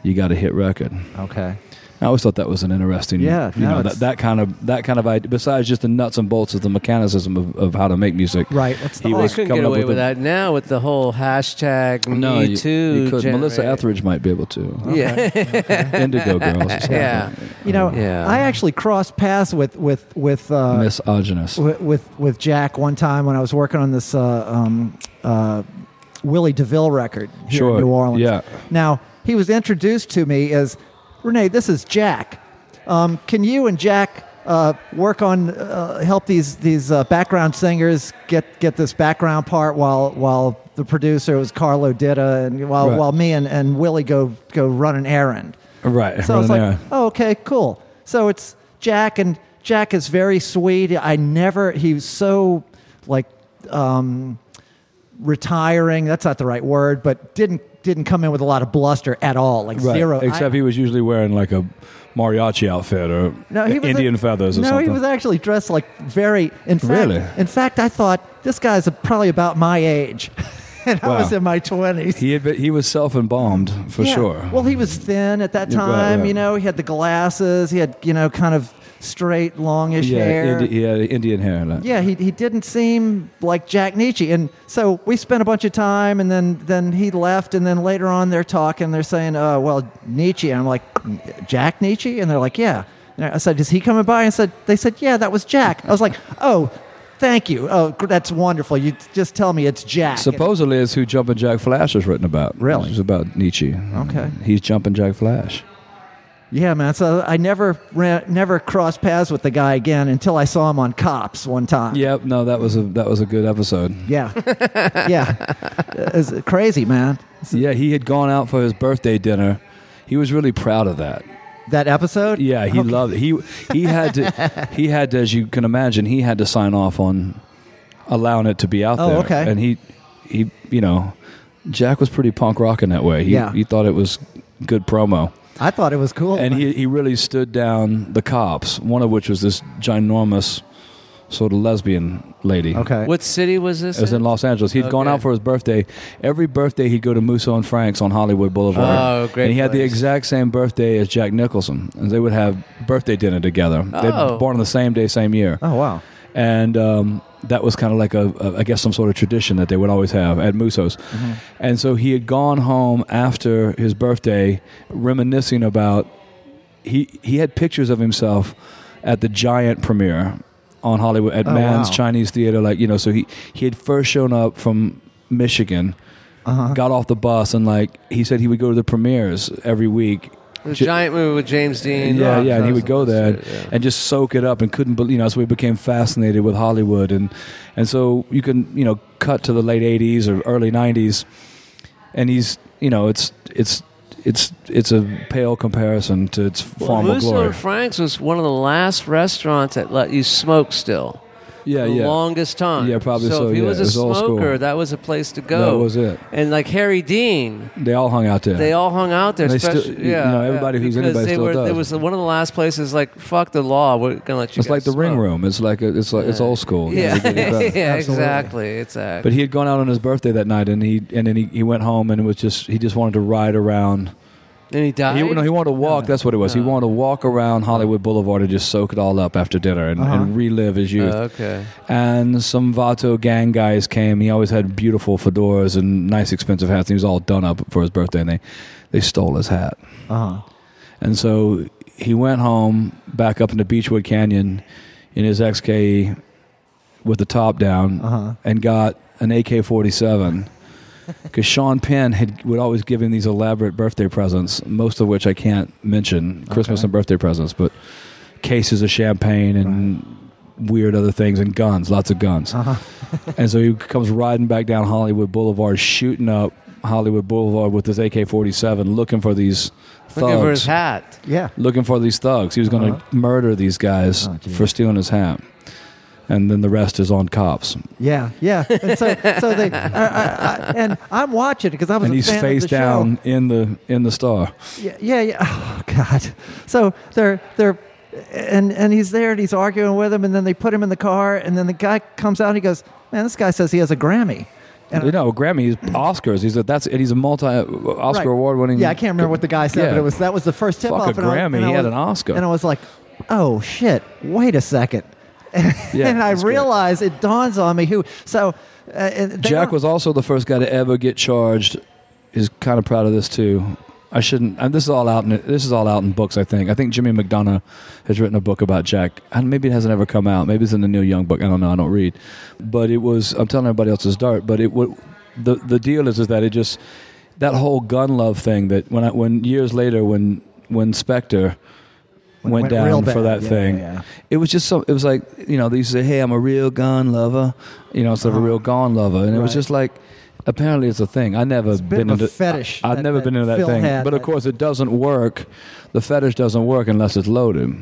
C: you got a hit record.
A: okay
C: I always thought that was an interesting,
A: Yeah,
C: you
A: no,
C: know,
A: it's-
C: that, that kind of that kind of idea. Besides just the nuts and bolts of the mechanicism of, of how to make music,
A: Right, that's the
C: He
A: whole-
B: Well,
C: was
B: they couldn't get
C: coming up
B: away
C: with
B: with
C: a-
B: that now with the whole hashtag
C: No,
B: Me
C: you,
B: Too.
C: you could. Melissa
B: generator.
C: Etheridge might be able to.
B: Yeah.
C: Indigo Girls. or something.
B: Yeah.
A: You know,
B: Yeah.
A: I actually crossed paths with with with uh,
C: Misogynist.
A: with, with with Jack one time when I was working on this uh, um, uh, Willie DeVille record here
C: Sure,
A: in New Orleans.
C: yeah.
A: Now he was introduced to me as Renee. This is Jack. Um, can you and Jack uh, work on uh, help these these uh, background singers get get this background part while while the producer was Carlo Ditta and while
C: Right.
A: while me and, and Willie go go run an errand.
C: Right.
A: So I was
C: right
A: like,
C: there.
A: oh, okay, cool. So it's Jack, and Jack is very sweet. I never, he was so like um, retiring. That's not the right word, but didn't didn't come in with a lot of bluster at all. Like
C: Right.
A: zero.
C: Except
A: I-
C: he was usually wearing like a mariachi outfit or Indian feathers or
A: no,
C: something.
A: he was actually dressed like very. In fact,
C: Really?
A: in fact, I thought this guy's probably about my age, and
C: Wow.
A: I was in my twenties.
C: He had been, he was self embalmed for
A: Yeah.
C: sure.
A: Well, he was thin at that
C: Yeah, right,
A: time.
C: right.
A: You know, he had the glasses. He had you know kind of straight, longish
C: yeah,
A: hair.
C: Indi- he had Indian hair. Like.
A: yeah, he, he didn't seem like Jack Nietzsche. And so we spent a bunch of time, and then, then he left. And then later on, they're talking. They're saying, uh, well, Nietzsche. And I'm like, Jack Nietzsche? And they're like, yeah. And I said, is he coming by? And I said, they said, yeah, that was Jack. I was like, oh, thank you. Oh, gr- that's wonderful. You just tell me it's Jack.
C: Supposedly, it's who Jumpin' Jack Flash is written about.
A: Really?
C: It's about Nietzsche.
A: Okay.
C: He's Jumpin' Jack Flash.
A: Yeah, man. So I never ran, never crossed paths with the guy again until I saw him on Cops one time.
C: Yep. No, that was a that was a good episode.
A: Yeah. yeah. It's crazy, man.
C: Yeah, he had gone out for his birthday dinner. He was really proud of that.
A: That episode?
C: Yeah, he loved it. He he had to he had to, as you can imagine, he had to sign off on allowing it to be out
A: Oh,
C: there.
A: okay.
C: And he he you know, Jack was pretty punk rocking that way. He
A: Yeah.
C: he thought it was good promo.
A: I thought it was cool.
C: And he he really stood down the cops, one of which was this ginormous sort of lesbian lady.
A: okay.
B: What city was this?
C: It was in Los Angeles. he had gone
B: Okay.
C: out for his birthday. Every birthday, he'd go to Musso and Frank's on Hollywood Boulevard.
B: Oh, great
C: And he had the
B: place.
C: exact same birthday as Jack Nicholson. And they would have birthday dinner together. They were
B: Oh.
C: born on the same day, same year.
A: oh wow.
C: And um, that was kind of like, a, a, I guess, some sort of tradition that they would always have at Musso's.
A: Mm-hmm.
C: And so he had gone home after his birthday reminiscing about, he, he had pictures of himself at the giant premiere on Hollywood at
A: Oh,
C: Man's
A: wow.
C: Chinese Theater. Like, you know, so he, he had first shown up from Michigan,
A: Uh-huh.
C: got off the bus, and like, he said he would go to the premieres every week.
B: The
C: Ju-
B: giant movie with James Dean.
C: yeah, yeah, and he would
B: Thousands
C: go
B: of
C: there and,
B: shit, yeah.
C: and just soak it up and couldn't believe, you know, so we became fascinated with Hollywood. And, and so you can, you know, cut to the late 80s or early 90s, and he's, you know, it's, it's, it's, it's a pale comparison to its
B: Well,
C: former
B: Musso
C: glory.
B: and Frank's was one of the last restaurants that let you smoke still.
C: Yeah,
B: the
C: yeah.
B: longest time.
C: Yeah, probably
B: so.
C: so,
B: if he
C: yeah.
B: was a
C: It was old school.
B: smoker, that was a place to go.
C: That was it.
B: And like Harry Dean,
C: They all hung out there.
B: they all hung out there.
C: They still-
B: especially-
C: you
B: yeah,
C: know, everybody
B: yeah,
C: who's
B: because
C: anybody
B: they
C: still
B: were,
C: does.
B: It was one of the last places. Like fuck the law, we're gonna let you.
C: it's like
B: guys
C: the ring
B: smoke.
C: room. It's like a, it's like it's old school.
B: Yeah,
C: You know, they did it better.
B: yeah,
A: Absolutely.
B: exactly, exactly.
C: But he had gone out on his birthday that night, and he and then he, he went home and was just he just wanted to ride around.
B: and he died.
C: He, no, he wanted to walk. that's what it was. He wanted to walk around Hollywood Boulevard and just soak it all up after dinner and, and relive his youth.
B: Oh, okay.
C: and some Vato gang guys came. He always had beautiful fedoras and nice expensive hats. He was all done up for his birthday, and they they stole his hat.
A: Uh-huh.
C: And so he went home back up into Beechwood Canyon in his XKE with the top down
A: Uh-huh.
C: and got an AK 47. Because Sean Penn had, would always give him these elaborate birthday presents, most of which I can't mention Christmas
A: Okay.
C: and birthday presents, but cases of champagne and weird other things and guns, lots of guns.
B: Uh-huh.
C: and so he comes riding back down Hollywood Boulevard, shooting up Hollywood Boulevard with his AK 47, looking for these thugs
B: Looking for his hat. Uh-huh.
A: Yeah.
C: looking for these thugs. He was going to murder these guys
A: Oh, geez.
C: for stealing his hat. And then the rest is on cops.
A: Yeah. Yeah. And so so they I, I, I, and I'm watching because I was
C: and
A: a
C: he's
A: fan of
C: face
A: the show.
C: down in the in the star.
A: Yeah, yeah, yeah. Oh God. So they're they're and and he's there and he's arguing with him and then they put him in the car and then the guy comes out and he goes, Man, this guy says he has a Grammy. And
C: you know, Grammys, Oscars. He's a that's and he's a multi Oscar
A: Right.
C: award winning.
A: Yeah, I can't remember what the guy said,
C: Yeah.
A: but it was that was the first tip
C: Fuck a
A: off. and I-
C: Grammy,
A: and I
C: he had
A: was-
C: an Oscar.
A: and I was like, "Oh shit! Wait a second.
C: Yeah,
A: and I
C: that's great.
A: realized it dawns on me who. So uh, and they
C: Jack
A: don't-
C: was also the first guy to ever get charged. He's kind of proud of this too. I shouldn't. And this is all out. In, this is all out in books. I think. I think Jimmy McDonough has written a book about Jack, and maybe it hasn't ever come out. Maybe it's in the Neil Young book. I don't know. I don't read. But it was. I'm telling everybody else's dirt. But it. What the the deal is is that it just that whole gun love thing that when I when years later when when Spectre
A: When it
C: went,
A: went real
C: down
A: bad.
C: for that
A: Yeah,
C: thing.
A: yeah, yeah.
C: It was just so. It was like you know they used to say, "Hey, I'm a real gun lover," you know, instead of a real gun lover, and it was
A: Uh-huh. Right.
C: just like. Apparently, it's a thing. I never
A: bit
C: been
A: of a
C: into
A: fetish
C: I, have
A: that-
C: never
A: that
C: been into that
A: Phil
C: thing.
A: had
C: But of
A: that-
C: course, it doesn't work. The fetish doesn't work unless it's loaded,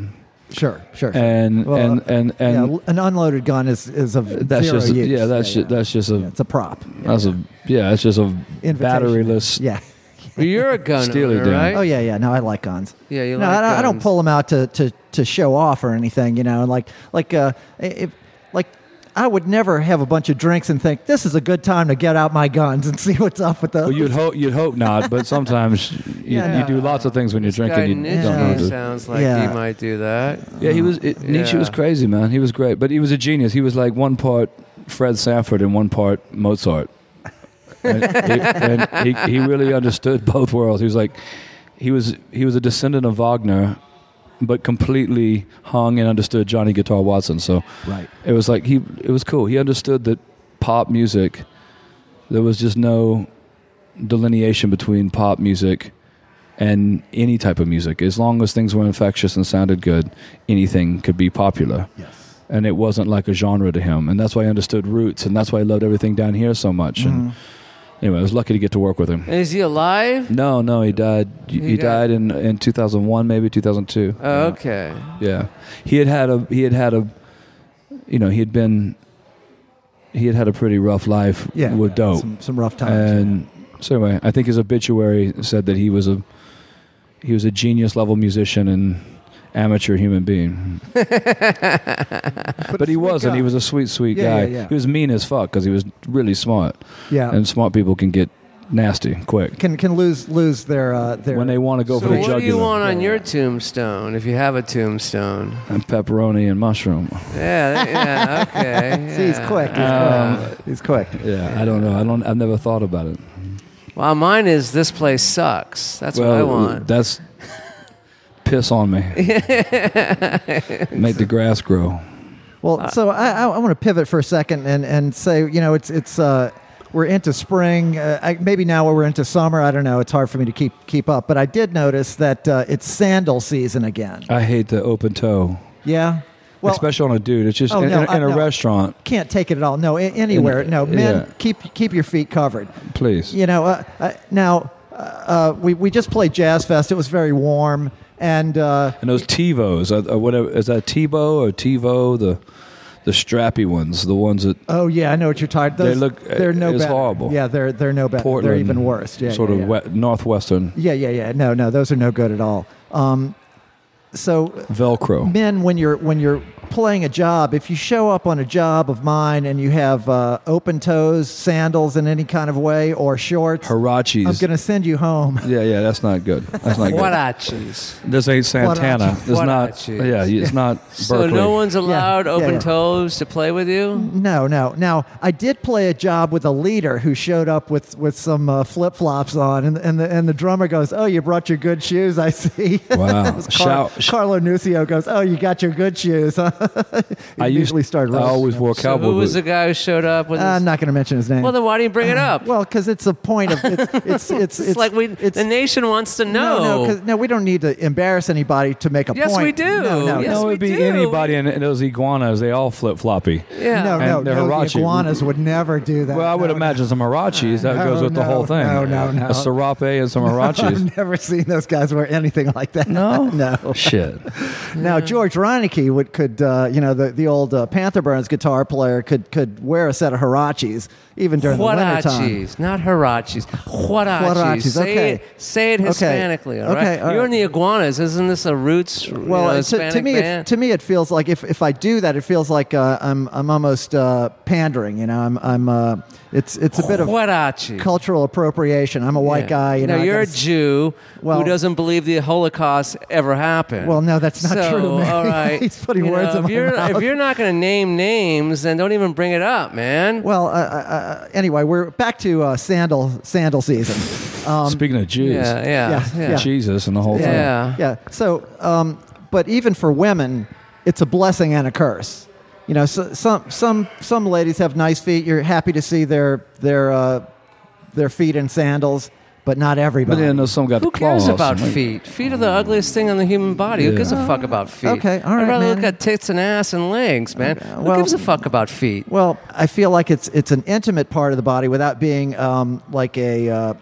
A: sure, sure, sure.
C: and
A: Well,
C: and and and
A: yeah, an unloaded gun is is of
C: that's
A: zero
C: just
A: use.
C: yeah. That's ju- that's just a
A: yeah, it's a prop.
C: that's a yeah. It's just a
A: Invitation.
C: batteryless.
A: Yeah.
B: You're a gun
C: Steely
B: owner,
C: Dan.
B: right?
A: Oh yeah, yeah. No, I like guns.
B: Yeah, you
A: no,
B: like
A: I, don't- I don't
B: guns.
A: pull them out to, to, to show off or anything. You know, like like uh, if, like I would never have a bunch of drinks and think this is a good time to get out my guns and see what's up with those.
C: Well, you'd hope you'd hope not, but sometimes you,
A: Yeah.
C: you do lots of things when you're
B: Guy
C: drinking. You
B: Nitschke
C: don't know.
A: Yeah.
C: to-
B: sounds like
A: Yeah.
B: he might do that.
C: Yeah, he was. It, Nietzsche was
B: Yeah.
C: crazy, man. He was great, but he was a genius. He was like one part Fred Sanford and one part Mozart. and he, and he, he really understood both worlds. He was like, he was he was a descendant of Wagner, but completely hung and understood Johnny Guitar Watson. So
A: right.
C: it was like he it was cool. He understood that pop music there was just no delineation between pop music and any type of music. As long as things were infectious and sounded good, anything could be popular.
A: Yes.
C: And it wasn't like a genre to him. And that's why I understood roots and that's why I loved everything down here so much. And anyway, I was lucky to get to work with him.
B: And is he alive?
C: No, no, he died. He,
B: He died?
C: died in, in 2001, maybe 2002.
B: Oh, okay.
C: Yeah, he had had a he had had a, you know, he had been, he had had a pretty rough life
A: Yeah.
C: with dope,
A: Some, some rough times.
C: and so anyway, I think his obituary said that he was a, he was a genius level musician and amateur human being, but he wasn't. He was a sweet, sweet
A: Yeah,
C: guy.
A: yeah, yeah. Uh-huh.
C: He was mean as fuck because he was really smart,
A: yeah.
C: and smart people can get nasty quick
A: can can lose lose their uh, their
C: when they want to go
B: So
C: for the
B: what
C: jugular.
B: do you want on
A: Yeah.
B: your tombstone if you have a tombstone?
C: And pepperoni and mushroom.
B: Yeah, that- yeah, okay.
A: See, he's
B: yeah.
A: quick. He's,
C: Um,
A: quick. he's quick.
C: Yeah, I don't know. I don't. I've never thought about it.
B: Well, mine is this place sucks. That's what I want.
C: That's piss on me. Make the grass grow.
A: Well, so I, I, I want to pivot for a second and, and say, you know, it's it's uh, we're into spring. Uh, I, maybe now we're into summer. I don't know. It's hard for me to keep keep up. But I did notice that uh, it's sandal season again.
C: I hate the open toe,
A: Yeah. Well,
C: especially on a dude. It's just
A: Oh,
C: in,
A: no,
C: in-
A: I-
C: in a
A: no.
C: restaurant.
A: can't take it at all. No, a- anywhere.
C: In-
A: No, men,
C: yeah.
A: keep keep your feet covered.
C: Please,
A: You know, uh, uh, now uh, uh, we we just played Jazz Fest. It was very warm, and uh,
C: and those Tivos or, or whatever is that Tivo or Tivo the the strappy ones, the ones that
A: oh yeah, I know what you're tired. Those,
C: look-
A: they're no
C: it's
A: better.
C: horrible.
A: Yeah, they're they're no better.
C: Portland,
A: they're even worse. Yeah,
C: sort
A: yeah,
C: of
A: yeah.
C: wet, northwestern
A: Yeah, yeah, yeah. No, no, those are no good at all. Um, so
C: Velcro.
A: men, when you're when you're playing a job, if you show up on a job of mine and you have uh, open toes, sandals in any kind of way, or shorts,
C: Hirachis.
A: I'm going to send you home.
C: yeah, yeah, that's not good. That's not good.
B: Huaraches.
C: This ain't Santana.
A: Huaraches.
C: It's not.
B: Huaraches.
C: Yeah, it's not
B: So
C: Berkeley.
B: no one's allowed
A: yeah,
B: open
A: yeah.
B: toes to play with you?
A: No, no. Now I did play a job with a leader who showed up with with some uh, flip flops on, and and the and the drummer goes, "Oh, you brought your good shoes, I see."
C: Wow.
A: Car-
C: Shout-
A: Carlo Nucio goes, "Oh, you got your good shoes." huh?" He
C: I
A: immediately
C: usually
A: started.
C: I
A: roasting
C: always
A: him.
C: wore
B: So
C: cowboy
B: who was
C: boots.
B: the guy who showed up with
A: I'm
B: his...
A: not going to mention his name.
B: Well, then why do you bring it up?
A: Uh, Well, because it's a point of it's it's it's, it's,
B: it's, like we,
A: it's-
B: the nation wants to know.
A: no no 'cause- no we don't need to embarrass anybody to make a
B: Yes,
A: point.
B: we do.
A: No no
B: Yes,
C: no,
A: no.
B: we
C: it'd be
B: do.
C: anybody in, in those iguanas. They all flip floppy.
B: yeah.
A: No, no,
C: And they're
A: no, the
C: Hirachi.
A: iguanas would never do that.
C: Well, I would
A: No, no.
C: imagine some Hirachis. That
A: No,
C: goes with
A: no,
C: the whole thing.
A: no, no, no.
C: A serape and some Hirachis.
A: I've never seen those guys wear anything like that.
C: No?
A: no.
C: Shit.
A: Now George Reineke would could uh, you know the the old uh, Panther Burns guitar player could could wear a set of Hirachis even during the winter time.
B: Huaraches, not Huaraches. Huaraches.
A: Huaraches,
B: Say,
A: okay.
B: it, say it
A: Okay.
B: Hispanically, all right?
A: Okay, all
B: You're in
A: right.
B: the Iguanas. Isn't this a roots you know,
A: Well, to,
B: Hispanic
A: to me,
B: band?
A: it, to me, it feels like if, if I do that, it feels like uh, I'm I'm almost uh, pandering. You know, I'm I'm uh, it's it's a bit of
B: Huaraches.
A: cultural appropriation. I'm a white
B: Yeah.
A: guy. You know,
B: no,
A: I
B: you're a
A: gotta s-
B: Jew
A: Well-
B: who doesn't believe the Holocaust ever happened.
A: Well, no, that's not
B: So,
A: true, man.
B: All right,
A: He's putting
B: You know,
A: words in
B: if
A: my
B: you're,
A: mouth.
B: If you're not going to name names, then don't even bring it up, man.
A: Well, uh, uh, uh, anyway, we're back to uh, sandal sandal season. Um,
C: Speaking of Jews,
B: yeah, yeah,
A: yeah, yeah.
C: Jesus and the whole thing.
B: Yeah.
A: yeah. So, um, but even for women, it's a blessing and a curse. You know, so, some some some ladies have nice feet. You're happy to see their their uh, their feet in sandals, but not
C: But
A: everybody.
C: then know some got
B: Who
C: the claws.
B: cares about
C: Like,
B: feet? Feet are the ugliest thing on the human body. Who
C: Yeah.
B: gives a fuck about feet?
A: Uh, okay, all right,
B: I'd rather
A: man.
B: look at tits and ass and legs, man.
A: well-
B: Who gives a fuck about feet?
A: Well, I feel like it's it's an intimate part of the body without being um, like a uh,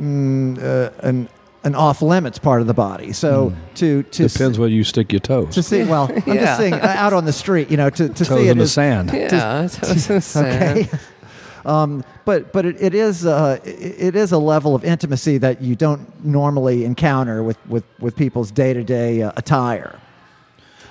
A: mm, uh, an an off limits part of the body. So to to s-
C: Hmm. Depends where you stick your toes.
A: to see well, I'm
B: Yeah.
A: just saying uh, out on the street, you know, to to see
C: toes
A: it
C: in the
A: is-
C: sand.
B: Yeah, that's insane.
A: okay. Um, but but it, it is uh, i- it is a level of intimacy that you don't normally encounter with, with, with people's day to day attire.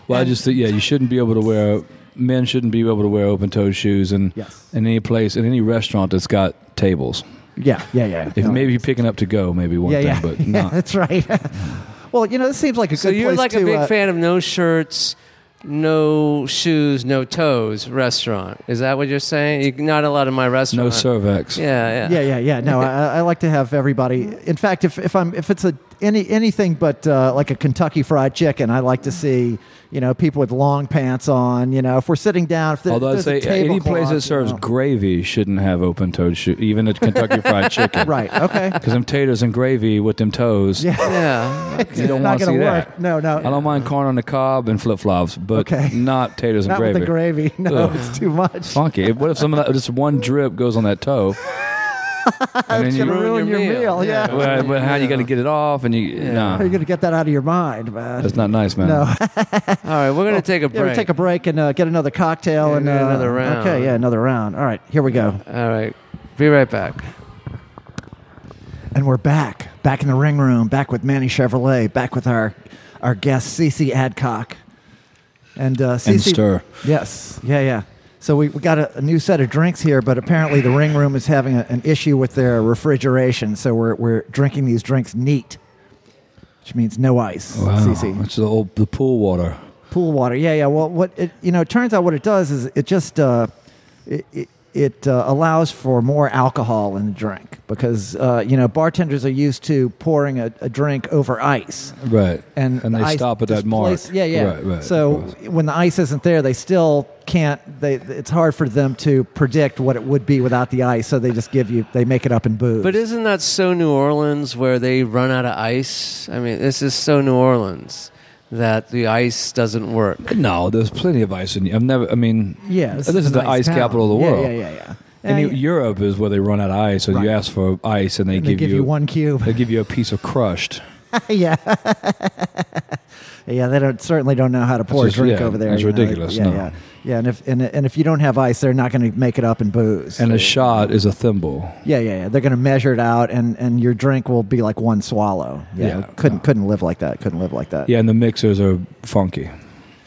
C: Well, I just think yeah, you shouldn't be able to wear. Men shouldn't be able to wear open-toed shoes in,
A: Yes.
C: in any place in any restaurant that's got tables.
A: Yeah, yeah, yeah.
C: If maybe picking up to go, maybe one
A: yeah,
C: thing,
A: yeah,
C: but
A: yeah,
C: not.
A: that's right. well, you know, this seems like a
B: So
A: good
B: you're
A: place
B: like
A: to.
B: a big
A: uh,
B: fan of no shirts, no shoes, no toes restaurant. Is that what you're saying? You, not a lot of my restaurant.
C: no cervix.
B: Yeah, yeah.
A: Yeah, yeah, yeah. No, I, I like to have everybody. In fact, if, if I'm if it's a any anything but uh, like a Kentucky Fried Chicken, I
C: Mm.
A: like to see you know people with long pants on. You know, if we're sitting down, if there,
C: Although I'd
A: there's
C: say
A: a
C: any place
A: tablecloth, you
C: that serves
A: know.
C: gravy shouldn't have open-toed shoes, even at Kentucky Fried Chicken.
A: right, okay.
C: Because them taters and gravy with them toes.
A: Yeah.
B: Yeah.
A: you
C: don't
A: not
C: wanna
A: gonna
C: see
A: work.
C: that.
A: No, no.
C: I don't mind corn on the cob and flip flops, but
A: Okay.
C: not taters and
A: not
C: gravy.
A: with the gravy. No,
C: Ugh.
A: it's too much.
C: Funky. If- What if some of that just one drip goes on that toe? and then
A: It's gonna
C: you,
A: ruin your meal, yeah.
C: well, well, how you
B: Yeah.
C: going to get it off? And you,
B: Yeah.
A: How are you
C: nah,
A: gonna get that out of your mind, man?
C: that's not nice, man.
A: no.
B: All right, we're gonna take a
A: Oh, yeah,
B: break.
A: we take a break and uh, get another cocktail
B: Yeah,
A: and
B: get
A: uh,
B: another round.
A: Okay, yeah, another round. All right, here we go.
B: All right, be right back.
A: And we're back, back in the ring room, back with Manny Chevrolet, back with our our guest Cece Adcock, and uh,
C: And
A: Cece.
C: stir.
A: Yes, yeah, yeah. So we, we got a, a new set of drinks here, but apparently the ring room is having a, an issue with their refrigeration, so we're we're drinking these drinks neat, which means no ice.
C: Wow.
A: Cece.
C: It's the, old, the pool water.
A: pool water. Yeah, yeah. Well, what it you know, it turns out what it does is it just uh, it it, it uh, allows for more alcohol in the drink because uh, you know bartenders are used to pouring a, a drink over ice.
C: Right.
A: And,
C: and
A: the
C: they
A: ice
C: stop at that mark.
A: displace- Yeah, yeah.
C: Right, right.
A: so
C: Right.
A: when the ice isn't there, they still can't. They it's hard for them to predict what it would be without the ice. So they just give you they make it up in booze.
B: But isn't that so New Orleans where they run out of ice? I mean, this is so New Orleans that the ice doesn't work.
C: No, there's plenty of ice in. I've never. I mean,
A: yeah,
C: this is
A: a
C: the
A: nice
C: ice
A: town.
C: capital of the
A: Yeah,
C: world.
A: Yeah, yeah, yeah.
C: And
A: Yeah,
C: you-
A: yeah.
C: Europe is where they run out of ice, so
A: Right.
C: you ask for ice, and they,
A: And they give you one cube.
C: They give you a piece of crushed.
A: yeah. yeah, they don't certainly don't know how to pour
C: just-
A: a drink
C: yeah,
A: over there.
C: that's
A: you know, they-
C: ridiculous,
A: Yeah,
C: no.
A: yeah, yeah. And if and, and if you don't have ice, they're not going to make it up in booze.
C: And a shot is a thimble.
A: yeah, yeah, yeah. They're going to measure it out, and and your drink will be like one swallow. Yeah,
C: Yeah,
A: couldn't
C: no.
A: couldn't live like that. Couldn't live like that.
C: Yeah, and the mixers are funky.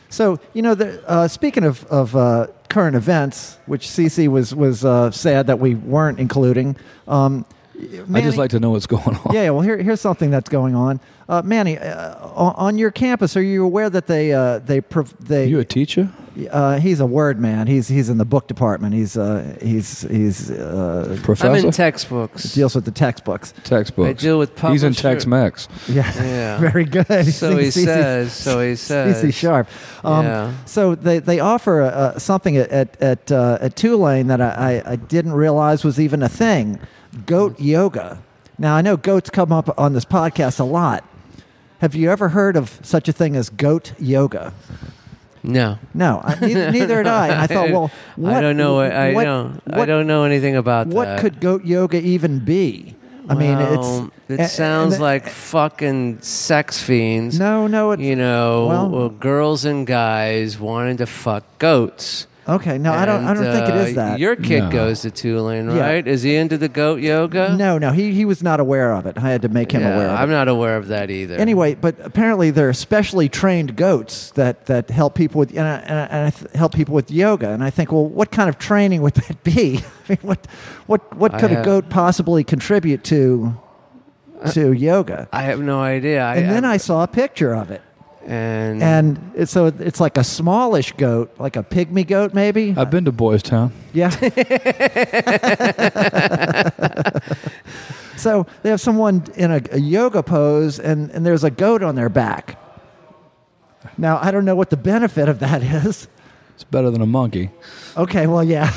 A: So you know, the, uh, speaking of of uh, current events, which Cece was was uh, sad that we weren't including. Um,
C: I just
A: Manny-
C: like to know what's going on.
A: yeah, yeah, well, here, here's something that's going on, uh, Manny. Uh, on, on your campus, are you aware that they uh, they prov- they
C: You a teacher?
A: Uh, he's a word man. He's he's in the book department. He's uh, he's he's uh,
C: Professor?
B: I'm in textbooks.
A: deals with the textbooks.
C: Textbooks.
B: I deal with
C: He's in
B: publisher.
C: Tex Mex.
A: Yeah,
B: Yeah.
A: very good.
B: So he
A: He's- he's-
B: says. So he says.
A: CC Sharp. Um,
B: Yeah.
A: So they, they offer uh, something at at at, uh, at Tulane that I, I, I didn't realize was even a thing, goat
B: Mm-hmm.
A: yoga. Now I know goats come up on this podcast a lot. Have you ever heard of such a thing as goat yoga?
B: No.
A: No, I, neither, neither had I. And I thought, well, what,
B: I don't know. I, I
A: what-
B: know. I
A: what-
B: don't know anything about
A: What
B: that.
A: could goat yoga even be? I mean,
B: Well,
A: it's
B: it sounds
A: and-
B: like fucking sex fiends.
A: no, no, it's
B: you know,
A: well-
B: well, girls and guys wanting to fuck goats.
A: Okay, no, I don't. I don't
B: And,
A: think it
B: uh,
A: is that.
B: Your kid
C: No.
B: goes to Tulane,
A: Yeah.
B: right? Is he into the goat yoga?
A: no, no, he he was not aware of it. I had to make him
B: Yeah,
A: aware. of it.
B: I'm not aware of that either.
A: Anyway, but apparently there are specially trained goats that, that help people with and, I- and, I- and I th- help people with yoga. And I think, well, what kind of training would that be? I mean, what what what
B: I uh,
A: could a
B: have-
A: goat possibly contribute to to yoga?
B: I have no idea. Uh, I, uh, Mm-hmm.
A: And then I saw a picture of it,
B: and,
A: and it, so it's like a smallish goat, like a pygmy goat, maybe.
C: I've been to Boys Town.
A: Yeah. so they have someone in a, a yoga pose, and, and there's a goat on their back. Now, I don't know what the benefit of that is.
C: It's better than a monkey.
A: Okay, well, yeah.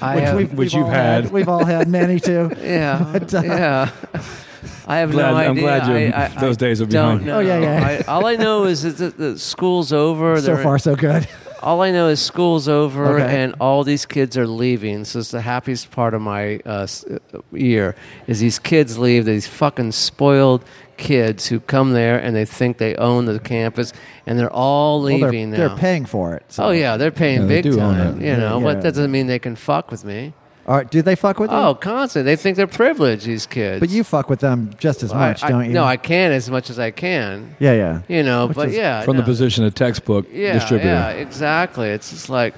B: I
A: Which,
B: have,
A: we've,
C: which
A: we've
C: you've
A: all
C: had.
A: We've all had many, too.
B: yeah,
A: uh,
B: yeah. I have
C: Glad-
B: no idea.
C: I'm glad you-
B: I, I,
C: those
B: I
C: days are
B: don't
C: behind you.
B: Know.
A: Oh, yeah, yeah.
B: I, all I know is that the, the school's over.
A: So
B: They're-
A: far, so good.
B: All I know is school's over
A: Okay.
B: and all these kids are leaving. So it's the happiest part of my uh, s- uh, year is these kids leave. These fucking spoiled kids who come there and they think they own the campus and they're all
A: Well, they're,
B: leaving
A: they're
B: now.
A: paying for it. So.
B: oh yeah, they're paying
C: Yeah, they
B: big
C: do own
B: time.
C: it.
B: You know,
A: Yeah.
B: but that doesn't mean they can fuck with me.
A: All right, do they fuck with you?
B: Oh, constant. They think they're privileged. These kids.
A: But you fuck with them just as
B: I-
A: much,
B: I-
A: don't you?
B: No, I can as much as I can.
A: Yeah, yeah.
B: You know,
A: Which
B: but
A: is
B: yeah,
C: From the
B: no.
C: position of textbook
B: yeah,
C: distributor.
B: Yeah, exactly. It's just like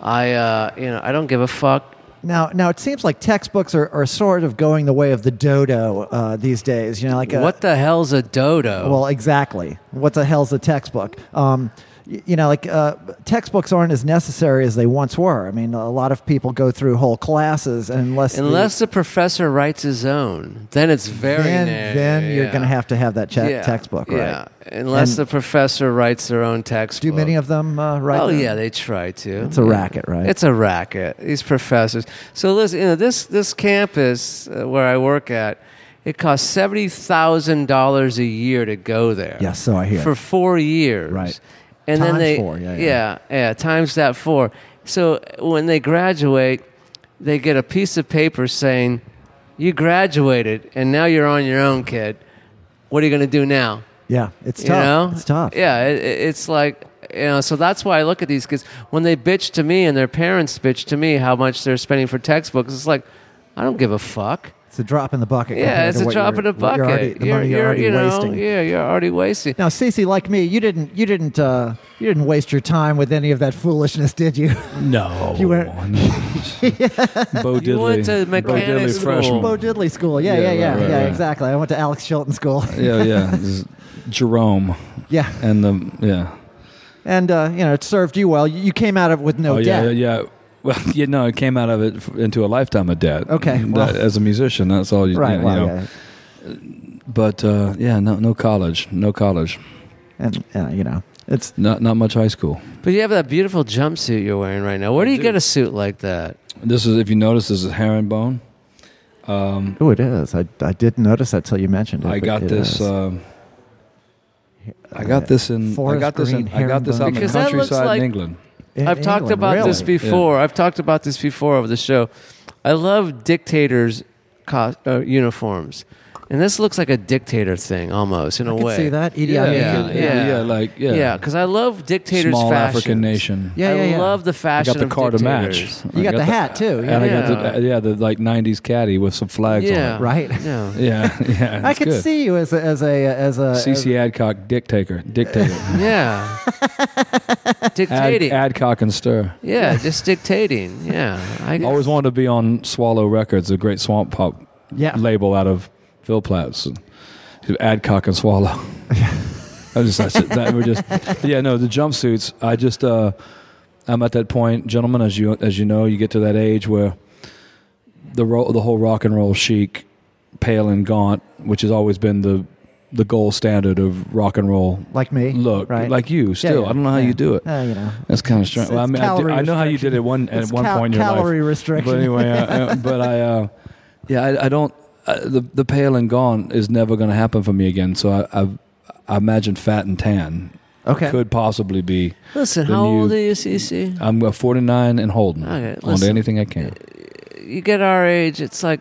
B: I, uh, you know, I don't give a fuck.
A: Now, now it seems like textbooks are, are sort of going the way of the dodo uh, these days. You know, like a,
B: what the hell's a dodo?
A: Well, exactly. What the hell's a textbook? Um, y- you know, like uh, textbooks aren't as necessary as they once were. I mean, a lot of people go through whole classes unless the-
B: unless the professor writes his own, then it's very.
A: then,
B: na-
A: then you're
B: yeah.
A: going to have to have that che-
B: Yeah,
A: textbook, right?
B: Yeah, unless
A: And-
B: the professor writes their own textbook.
A: Do many of them uh, right?
B: Oh
A: now?
B: yeah, they try to.
A: It's a
B: Yeah.
A: racket, right?
B: It's a racket. These professors. So listen, you know this this campus uh, where I work at, it costs seventy thousand dollars a year to go there.
A: Yeah, so I hear.
B: For four years,
A: Right.
B: And
A: Times
B: then they
A: four, yeah, yeah.
B: yeah yeah, times that four. So uh, when they graduate, they get a piece of paper saying, "You graduated, and now you're on your own, kid. What are you going to do now?"
A: yeah. It's
B: You
A: tough.
B: know?
A: It's tough.
B: Yeah, it, it- it's like you know. So that's why I look at these kids when they bitch to me and their parents bitch to me how much they're spending for textbooks. It's like I don't give a fuck.
A: It's a drop in the bucket.
B: Yeah,
A: compared
B: it's
A: to
B: a
A: what
B: drop
A: you're-
B: in the
A: what
B: bucket.
A: You're already, the money you're, already
B: you know,
A: wasting.
B: Yeah, you're already wasting.
A: Now, Cece, like me, you didn't, you didn't, uh, you didn't waste your time with any of that foolishness, did you?
C: No.
A: You were-
C: Bo Diddley.
B: You went to
C: Bo
B: mechanic
C: Diddley
B: school.
C: freshman.
A: Bo Diddley School. Yeah,
C: Yeah,
A: yeah, yeah,
C: right,
A: yeah.
C: right, right.
A: Exactly. I went to Alex Chilton School.
C: yeah, yeah. This is Jerome
A: yeah,
C: and the yeah.
A: and uh, you know, it served you well. You came out of it with no
C: oh yeah,
A: debt.
C: yeah. yeah. Well, you know, it came out of it f- into a lifetime of debt.
A: Okay,
C: That-
A: well.
C: as a musician, that's all you,
A: Right.
C: you
A: well,
C: know.
A: yeah.
C: But uh, yeah, no, no college, no college,
A: And uh, you know, it's
C: not not much high school.
B: But you have that beautiful jumpsuit you're wearing right now. Where do you
C: do.
B: get a suit like that?
C: This is, if you notice, this is herringbone. Um,
A: oh, it is. I, I didn't notice that till you mentioned it.
C: I
A: but
C: got
A: it is.
C: this.
A: Uh,
C: Um, I got this in. I
A: forest
C: got this. In,
A: green
C: I got this out in the
B: Because that looks
C: countryside
B: like-
C: in England.
A: In
B: I've talked
A: England,
B: about this
A: really?
B: before. I've talked about this before over the show. I love dictators' co- uh, uniforms, and this looks like a dictator thing almost in a
A: I can
B: way.
A: see that. Idi
C: yeah,
A: Amin.
B: yeah,
C: yeah, yeah,
B: yeah.
C: like yeah,
B: Yeah, because I love dictators'
C: small
B: fashions.
C: African nation.
A: Yeah, yeah,
B: I
A: yeah.
B: love the
C: I
B: fashion
C: got the
B: of
C: car to match.
B: dictators.
A: You
C: I
A: got the hat, too,
C: and I
B: yeah.
C: got the yeah the like '90s caddy with some flags
B: Yeah,
C: on
A: Right.
B: Yeah.
C: it. Yeah, yeah.
A: I
C: it's
A: could
C: good.
A: see you as a as a as a as-
C: CC Adcock, dictator, dictator,
B: Yeah.
C: Ad,
B: dictating.
C: Adcock and Stir.
B: Yeah, just dictating. Yeah. I,
C: Always wanted to be on Swallow Records, a great swamp pop
A: Yeah.
C: label out of Phil Platts. Adcock and Swallow. I was just, I said, that, we're just, yeah, no, the jumpsuits. I just, uh, I'm at that point, gentlemen, as you as you know, you get to that age where the ro- the whole rock and roll chic, pale and gaunt, which has always been the the gold standard of rock and roll
A: like me.
C: look,
A: right?
C: like you. Still,
A: yeah,
C: I don't know how
A: yeah.
C: you do it.
A: Uh, you know,
C: That's kind of strange.
A: It's-
C: Well, I
A: it's
C: mean, I, did-
A: calorie
C: I know how you did it one at
A: It's
C: one
A: cal-
C: point in your life.
A: calorie restriction.
C: But anyway, I, I- but I, uh, yeah, I, I don't. Uh, the the pale and gone is never going to happen for me again. So I, I, I imagine fat and tan
A: okay.
C: could possibly be.
B: listen,
C: Then
B: how
C: you-
B: old are you, CC?
C: Uh, I'm a 49 and holding
B: Okay,
C: on
B: listen.
C: to anything I can.
B: You get our age, it's like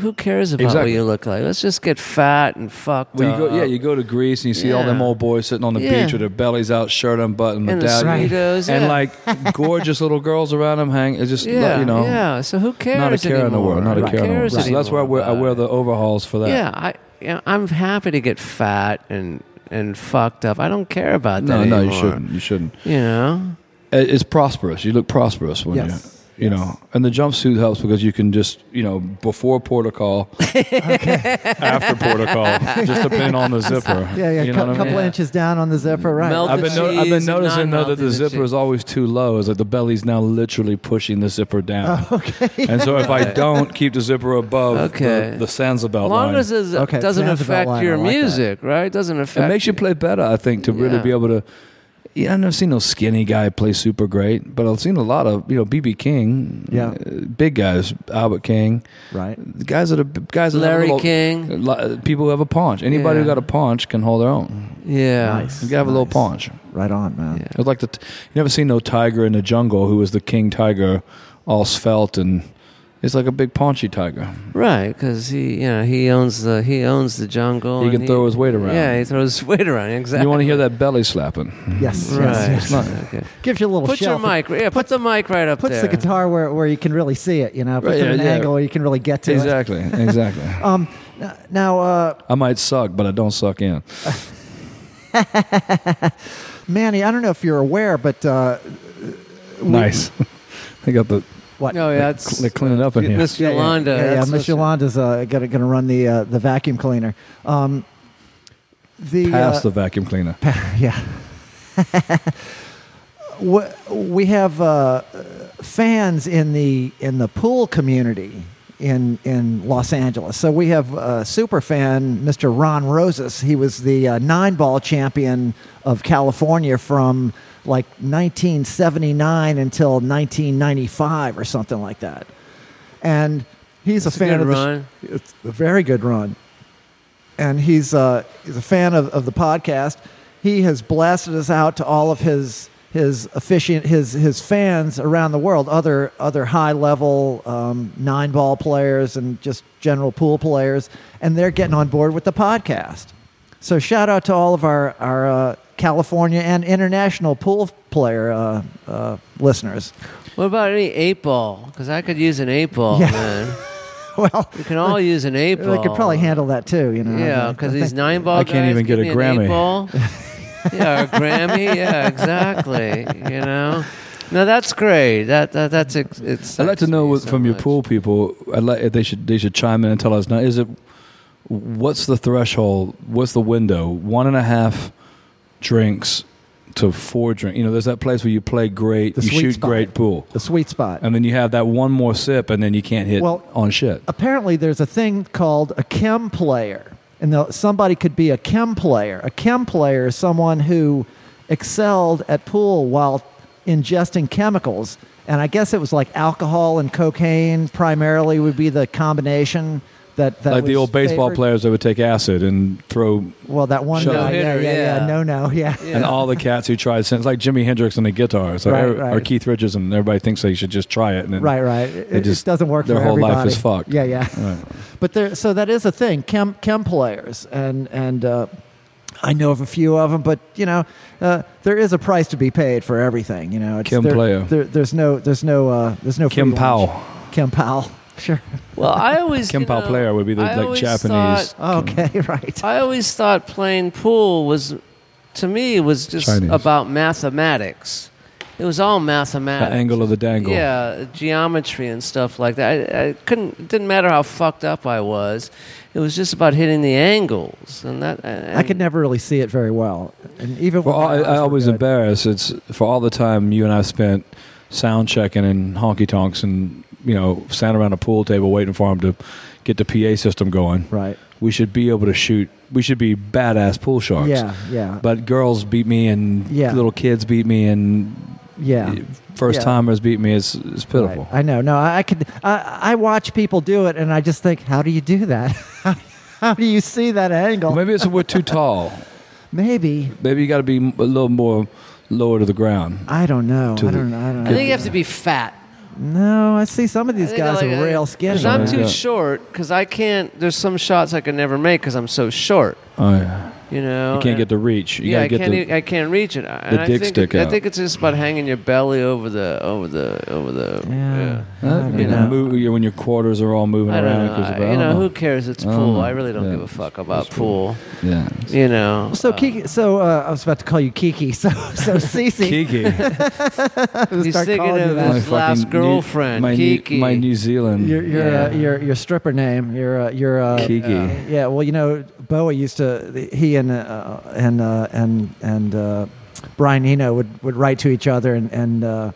B: who cares about
C: Exactly.
B: what you look like? Let's just get fat and fucked
C: Well, you
B: up.
C: go, yeah, you go to Greece and you see all them
B: Yeah.
C: old boys sitting on the
B: Yeah.
C: beach with their bellies out, shirt unbuttoned,
B: and the
C: medallion,
A: Right.
B: Speedos,
C: and
B: yeah.
C: like gorgeous little girls around them. Hang, it's just like,
B: yeah,
C: you know,
B: yeah. So who cares?
C: not a care in the
B: anymore?
C: world, not a
B: Who
C: care in the world.
B: cares
C: So that's why I
B: anymore
C: wear, I
B: about
C: wear
B: it?
C: the overhauls for that.
B: Yeah, I yeah, I'm happy to get fat and and fucked up. I don't care about
C: No,
B: that
C: no, you
B: anymore.
C: shouldn't. You shouldn't.
B: You know,
C: It- It's prosperous. You look prosperous when
A: Yes.
C: you, you know, and the jumpsuit helps because you can just, you know, before porter call, after porter call, just depending on the zipper.
A: Yeah, yeah.
C: You
A: cou-
C: know what I
A: couple
C: mean?
B: Yeah.
A: inches down on the zipper, right? Uh,
B: Melt
C: I've been,
B: the
C: no- I've been
B: cheese and
C: noticing though that the
B: non-melted
C: zipper is always too low. It's like the belly's now literally pushing the zipper down. okay. And so if I don't keep the zipper above
B: Okay.
C: the, the Sansa belt
B: as long
C: line,
B: as it
A: Okay,
B: doesn't
A: sounds about
B: affect
A: line. I
B: your
A: like that.
B: music, right? It doesn't affect.
C: it makes you play better. I think to really
B: Yeah.
C: be able to. Yeah, I've never seen no skinny guy play super great, but I've seen a lot of you know BB King,
A: Yeah.
C: uh, big guys, Albert King,
A: Right.
C: the guys that are guys that have
B: Larry
C: little-
B: King.
C: li- uh, people who have a paunch. Anybody who
B: Yeah.
C: got a paunch can hold their own.
B: Yeah.
A: Nice.
C: You gotta have a little
A: nice.
C: paunch.
A: Right on, man.
B: Yeah.
C: It was like the t- you never seen no tiger in the jungle who was the king tiger, all svelte and it's like a big paunchy tiger.
B: Right, because he, you know, he owns the he owns the jungle.
C: he
B: and
C: can throw his weight around.
B: Yeah, he throws his weight around. Exactly.
C: You want to hear that belly slapping?
A: Yes.
B: Right.
A: Yes. yes.
B: Okay.
A: Gives you a little
B: Put your
A: shelf. It
B: mic. Yeah, put the mic right up
A: Puts
B: there.
A: the guitar where, where you can really see it. You know, puts
C: Right,
A: it at
C: yeah,
A: an
C: yeah.
A: angle where you can really get to it.
C: Exactly, exactly.
A: Um, n- now, uh,
C: I might suck, but I don't suck in.
A: Manny, I don't know if you're aware, but uh,
C: Nice. they got the
A: what?
B: No, Oh, yeah, it's
C: they're cleaning up in here.
B: Miss
A: Yeah, yeah.
B: Yolanda.
A: Yeah, yeah,
B: that's what
A: Miss
B: she-
A: Yolanda's uh, gonna gonna run the uh, the vacuum cleaner. Um, the
C: Pass
A: uh,
C: the vacuum cleaner.
A: yeah. Wh- we have uh, fans in the in the pool community in in Los Angeles. So we have a super fan, Mr. Ron Rosas. He was the uh, nine ball champion of California from like 1979 until 1995 or something like that. And he's
B: That's
A: a
B: a
A: fan
B: good
A: of the sh-
B: run.
A: it's a very good run and he's uh, he's a fan of, of the podcast. He has blasted us out to all of his his officiant his his fans around the world, other other high level um, nine ball players and just general pool players, and they're getting on board with the podcast. So shout out to all of our our uh, California and international pool player uh, uh, listeners.
B: What about any eight ball? Because I could use an eight ball,
A: Yeah.
B: man.
A: Well,
B: We can all use an eight
A: they
B: ball.
A: could probably Uh-huh. handle that too, you know.
B: Yeah, because these nine ball.
C: I can't
B: guys
C: even
B: give
C: get a
B: me an eight
C: Grammy.
B: ball. yeah, or a Grammy. Yeah, exactly. You know. No, that's great. That, that that's ex- it's.
C: I'd like to
B: excites
C: know
B: me
C: what,
B: so
C: from your
B: much.
C: pool people. I'd like if they should they should chime in and tell us now. Is it what's the threshold? What's the window? One and a half drinks to four drink. You know, there's that place where you play great,
A: The
C: you
A: sweet
C: shoot
A: spot.
C: great pool,
A: the sweet spot.
C: and then you have that one more sip, and then you can't hit
A: Well,
C: on shit.
A: apparently there's a thing called a chem player and the- somebody could be a chem player a chem player is someone who excelled at pool while ingesting chemicals and i guess it was like alcohol and cocaine primarily would be the combination that, that
C: Like the
A: was
C: old baseball
A: favored.
C: players that would take acid and throw,
A: well that one
C: Shut
A: guy
C: up.
A: yeah, yeah
B: No-hitter,
A: yeah
B: yeah.
A: no no yeah,
C: and all the cats who tried since, like Jimi Hendrix and the guitar, It's like,
A: Right,
C: or,
A: right.
C: or Keith Richards, and everybody thinks they should just try it. And then,
A: right right it, it just
C: just-
A: doesn't work
C: their
A: for
C: whole life
A: everybody
C: is fucked.
A: yeah yeah
C: Right.
A: But there, so that is a thing. Chem, chem players, and and uh, I know of a few of them. But you know, uh, there is a price to be paid for everything. You know, it's,
C: Chem
A: there-
C: player.
A: there- there's no, there's no, uh, there's no. free
C: Kim
A: lunch.
C: Powell.
A: Chem Powell. Sure.
B: Well, I always you
C: Kempow
B: know,
C: player would be the
B: I
C: like
B: always
C: Japanese.
B: thought-
A: Okay. Right.
B: I always thought playing pool was, to me, was just
C: Chinese.
B: about mathematics. It was all mathematics.
C: The angle of the dangle.
B: Yeah, geometry and stuff like that. I, I couldn't. It didn't matter how fucked up I was. It was just about hitting the angles, and that. And,
A: I could never really see it very well, and even
C: For all, I,
A: when my eyes
C: I
A: were
C: always
A: good.
C: embarrass. It's for all the time you and I spent sound checking and honky tonks and you know standing around a pool table waiting for him to get the PA system going.
A: Right.
C: We should be able to shoot. We should be badass pool sharks.
A: Yeah. Yeah.
C: But girls beat me and
A: Yeah.
C: little kids beat me and
A: yeah.
C: first
A: Yeah.
C: timers beat me. It's, it's pitiful.
A: Right. I know. No, I I could. I, I watch people do it, and I just think, how do you do that? how do you see that angle?
C: Well, Maybe it's we're too tall.
A: Maybe.
C: Maybe you got to be m- a little more lower to the ground.
A: I don't know.
C: to
A: I
C: the-
A: don't. I don't.
B: I
A: know.
B: think you have to be fat.
A: No, I see some of these
B: I think I
A: guys
B: like-
A: are real
B: Because
A: skinny.
B: I'm
C: Yeah.
B: too short. Because I can't. There's some shots I can never make because I'm so short.
C: Oh, yeah.
B: You know.
C: You can't
B: and-
C: get the reach. You
B: Oh, yeah, I
C: gotta get
B: can't.
C: the.
B: e- I can't reach it. I- and I
C: dick
B: think,
C: stick
B: I
C: out.
B: think it's just about hanging your belly over the over the over the.
A: Yeah.
C: Uh,
A: I
C: you
A: don't
C: know,
A: know.
C: move- you- when your quarters are all moving
B: I
C: around.
B: don't
C: 'cause of-
B: know. I, you know who cares? It's
C: I don't
B: pool.
C: know.
B: I really don't
C: Yeah,
B: give a fuck about
C: it's cool.
B: pool.
C: Yeah.
B: You know.
A: So
B: uh,
A: Kiki, so uh, I was about to call you Kiki. So so Cece.
C: Kiki.
B: he's
A: start
B: thinking
A: calling
B: of
A: you
B: his
A: that.
C: My
B: last
C: fucking New-
B: girlfriend,
C: my New-
B: Kiki.
C: my New Zealand.
A: Your your, uh,
B: Yeah.
A: your your stripper name. Your uh, your uh,
C: Kiki.
A: uh, yeah. Well, you know, Boa used to. He and uh, and uh, and and uh, Brian Eno would would write to each other, and and uh,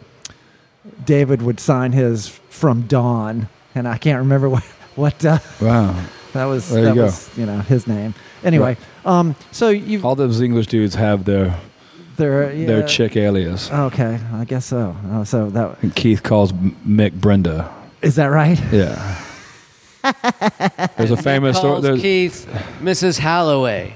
A: David would sign his from Dawn, and I can't remember what what uh,
C: Wow.
A: that was.
C: There you
A: that
C: go.
A: was you know his name. Anyway, um, so you've
C: All those English dudes have their
A: there. Yeah,
C: their chick alias.
A: Okay, I guess so. Oh, so that
C: And Keith calls M- Mick Brenda.
A: is that right?
C: Yeah. There's a famous story.
B: calls
C: There's,
B: Keith, Mrs. Holloway.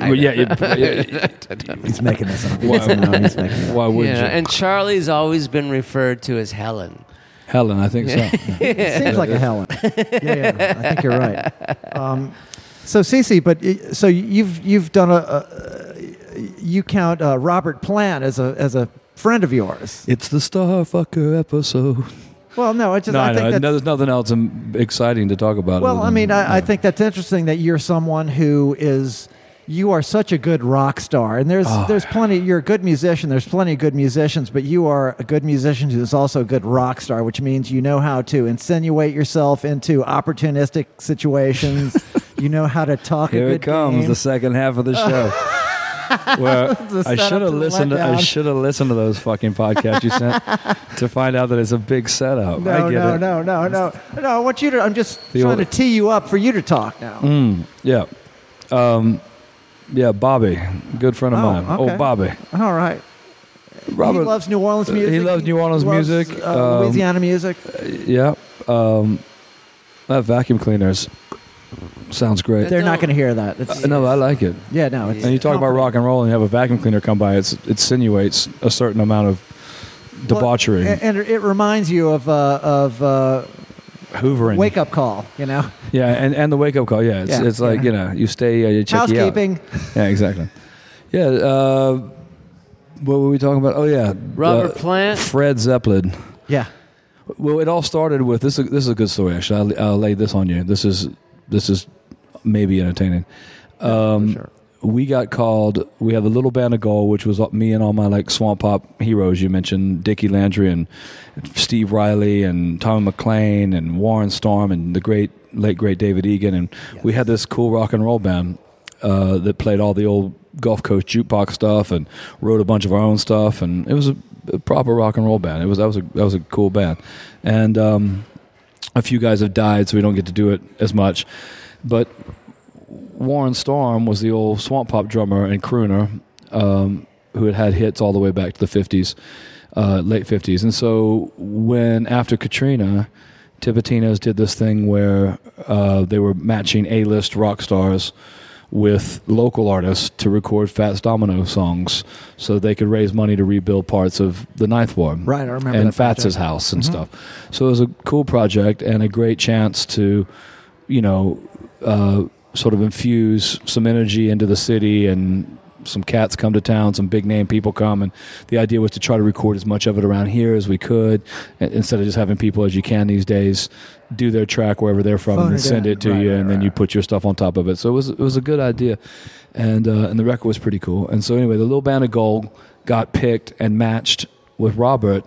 C: well, yeah, you- yeah,
A: He's making this up.
C: Why-
A: No, he's making it up.
C: why would
B: Yeah,
C: you?
B: and Charlie's always been referred to as Helen.
C: Helen, I think so. Yeah.
A: It seems like a Helen. Yeah, yeah, I think you're right. Um, so Cece, but y- so you've you've done a, a you count uh, Robert Plant as a as a friend of yours.
C: It's the Starfucker episode.
A: Well, no, I just
C: No,
A: I
C: I
A: think
C: know.
A: that's,
C: There's nothing else um, exciting to talk about.
A: well,
C: other
A: I
C: than-
A: mean, I, I
C: yeah.
A: think that's interesting that you're someone who is you are such a good rock star, and there's
C: Oh.
A: there's plenty. You're a good musician. There's plenty of good musicians, but you are a good musician who is also a good rock star, which means you know how to insinuate yourself into opportunistic situations. you know how to talk. a
C: Here
A: good
C: it comes,
A: game.
C: the second half of the show. Where
A: The
C: I
A: setup
C: should
A: to
C: have
A: the
C: listened. To, I
A: letdown.
C: should have listened to those fucking podcasts you sent to find out that it's a big setup.
A: No,
C: I get
A: no,
C: it.
A: no, no, no, no. I want you to. I'm just
C: The
A: trying
C: old-
A: to tee you up for you to talk now.
C: Mm, yeah, um, yeah. Bobby, good friend of
A: Oh,
C: mine.
A: okay.
C: Oh, Bobby.
A: All right. he loves New Orleans
C: uh, he
A: music.
C: loves New Orleans
A: loves,
C: music,
A: uh,
C: um,
A: Louisiana music.
C: Yeah. Um, that vacuum cleaners sounds great.
A: They're not
B: don't-
A: going to hear that. It's,
C: Uh, no, I like it.
A: yeah, no. It's,
C: And you talk about rock and roll, and you have a vacuum cleaner come by. It's, it insinuates a certain amount of
A: Well,
C: debauchery,
A: and, and it reminds you of uh, of uh,
C: hoovering.
A: wake up call. You know,
C: Yeah, and, and the wake up call. Yeah, it's,
A: Yeah,
C: it's like
A: yeah.
C: you know you stay uh, you check you out.
A: housekeeping.
C: Yeah, exactly. Yeah. Uh, what were we talking about? Oh yeah,
B: Robert
C: uh,
B: Plant.
C: Fred Zeppelin.
A: Yeah.
C: Well, it all started with this. Is, this is a good story, actually. I'll, I'll lay this on you. This is this is maybe entertaining. Um,
A: sure.
C: We got called. We had the little band of gold, which was me and all my like swamp pop heroes you mentioned, Dickie Landry and Steve Riley and Tommy McLean and Warren Storm and the great late great David Egan. And we had this cool rock and roll band uh, that played all the old Gulf Coast jukebox stuff and wrote a bunch of our own stuff. And it was a, a proper rock and roll band. It was that was a that was a cool band. And um, a few guys have died, so we don't get to do it as much. But Warren Storm was the old swamp pop drummer and crooner um, who had had hits all the way back to the 50s, uh, late 50s. And so when, after Katrina, Tipitinos did this thing where uh, they were matching A list rock stars with local artists to record Fats Domino songs so they could raise money to rebuild parts of the Ninth Ward
A: Right, I remember.
C: and
A: that project. Mm-hmm.
C: Fatz's house and stuff. So it was a cool project and a great chance to, you know, uh, sort of infuse some energy into the city and some cats come to town, some big name people come, and the idea was to try to record as much of it around here as we could, i- instead of just having people as you can these days do their track wherever they're from
A: Phone
C: and then
A: it
C: send
A: in.
C: it to
A: Right,
C: you,
A: right,
C: and then
A: right,
C: you
A: right.
C: put your stuff on top of it. So it was it was a good idea, and uh, and the record was pretty cool. And so anyway, the little band of gold got picked and matched with Robert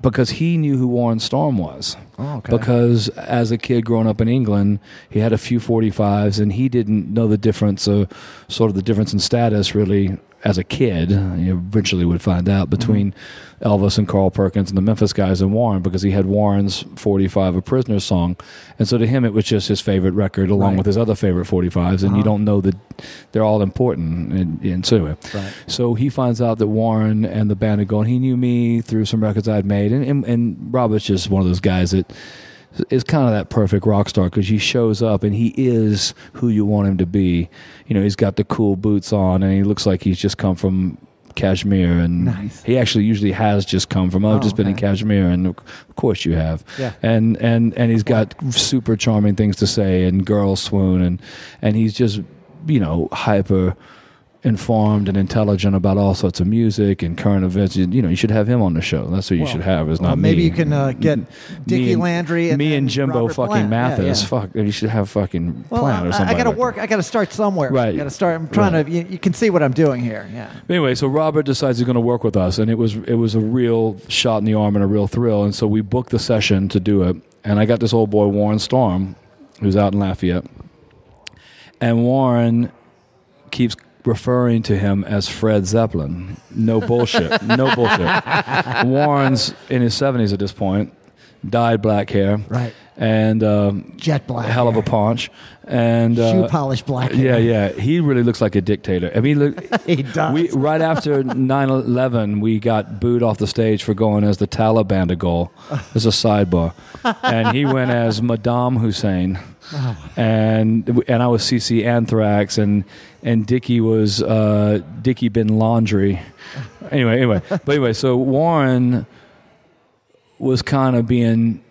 C: because he knew who Warren Storm was.
A: Oh, okay.
C: Because as a kid growing up in England, he had a few 45s and he didn't know the difference of sort of the difference in status really as a kid. You eventually would find
A: Mm-hmm.
C: out between Elvis and Carl Perkins and the Memphis guys and Warren because he had Warren's 45 A Prisoner song. And so to him, it was just his favorite record along
A: Right.
C: with his other favorite 45s. And
A: Uh-huh.
C: you don't know that they're all important. And, and so anyway.
A: Right.
C: So he finds out that Warren and the band had gone. He knew me through some records I'd made, and and, and Robert's just one of those guys that is kind of that perfect rock star because he shows up and he is who you want him to be. You know, he's got the cool boots on, and he looks like he's just come from Kashmir, and
A: Nice.
C: he actually usually has just come from. I've
A: Oh,
C: just been in
A: okay.
C: Kashmir, and of course you have.
A: Yeah.
C: And and and he's got super charming things to say, and girls swoon, and and he's just you know hyper informed and intelligent about all sorts of music and current events. You, you know, you should have him on the show. That's who you
A: Well,
C: should have. Is not
A: well, maybe
C: me.
A: you can, uh, get
C: Me
A: Dickie Landry and
C: me
A: then
C: and Jimbo
A: Robert
C: fucking
A: Plant. Yeah,
C: Mathis.
A: yeah.
C: Fuck, you should have fucking
A: Well,
C: Plant
A: I,
C: or something.
A: I gotta work. I gotta start somewhere.
C: Right.
A: I gotta start. I'm trying
C: Right.
A: to. You, you can see what I'm doing here. Yeah.
C: Anyway, so Robert decides he's going to work with us, and it was it was a real shot in the arm and a real thrill. And so we booked the session to do it, and I got this old boy Warren Storm, who's out in Lafayette, and Warren keeps referring to him as Fred Zeppelin. No bullshit. no bullshit. Warren's in his seventies at this point, dyed black hair,
A: Right.
C: and um,
A: Jet black.
C: a hell of a
A: hair.
C: paunch, and uh,
A: shoe polish black.
C: yeah,
A: hair.
C: yeah, he really looks like a dictator. I mean, look.
A: He does.
C: We, right after 9 11, we got booed off the stage for going as the Taliban to goal. There's a sidebar. And he went as Madame Hussein. And and I was CC Anthrax, and and Dickie was uh, Dickie Bin Laundry. Anyway, anyway. But anyway, so Warren was kind of being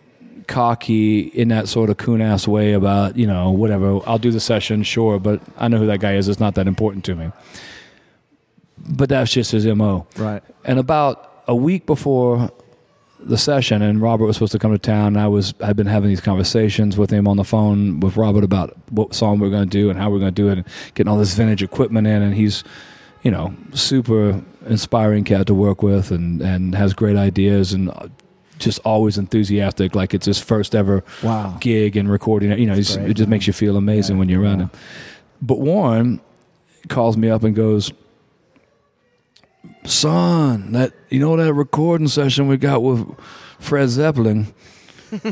C: cocky in that sort of coon ass way about, you know, whatever, I'll do the session, sure, but I know who that guy is. It's not that important to me. But that's just his MO.
A: Right.
C: And about a week before the session, and Robert was supposed to come to town, and I was I'd been having these conversations with him on the phone with Robert about what song we are going to do and how we are going to do it, and getting all this vintage equipment in, and he's you know super inspiring cat to work with, and and has great ideas and. uh, Just always enthusiastic, like it's his first ever
A: Wow.
C: gig and recording. You know, he's,
A: great.
C: it just makes you feel amazing when you're around him. But Warren calls me up and goes, son, that you know that recording session we got with Fred Zeppelin.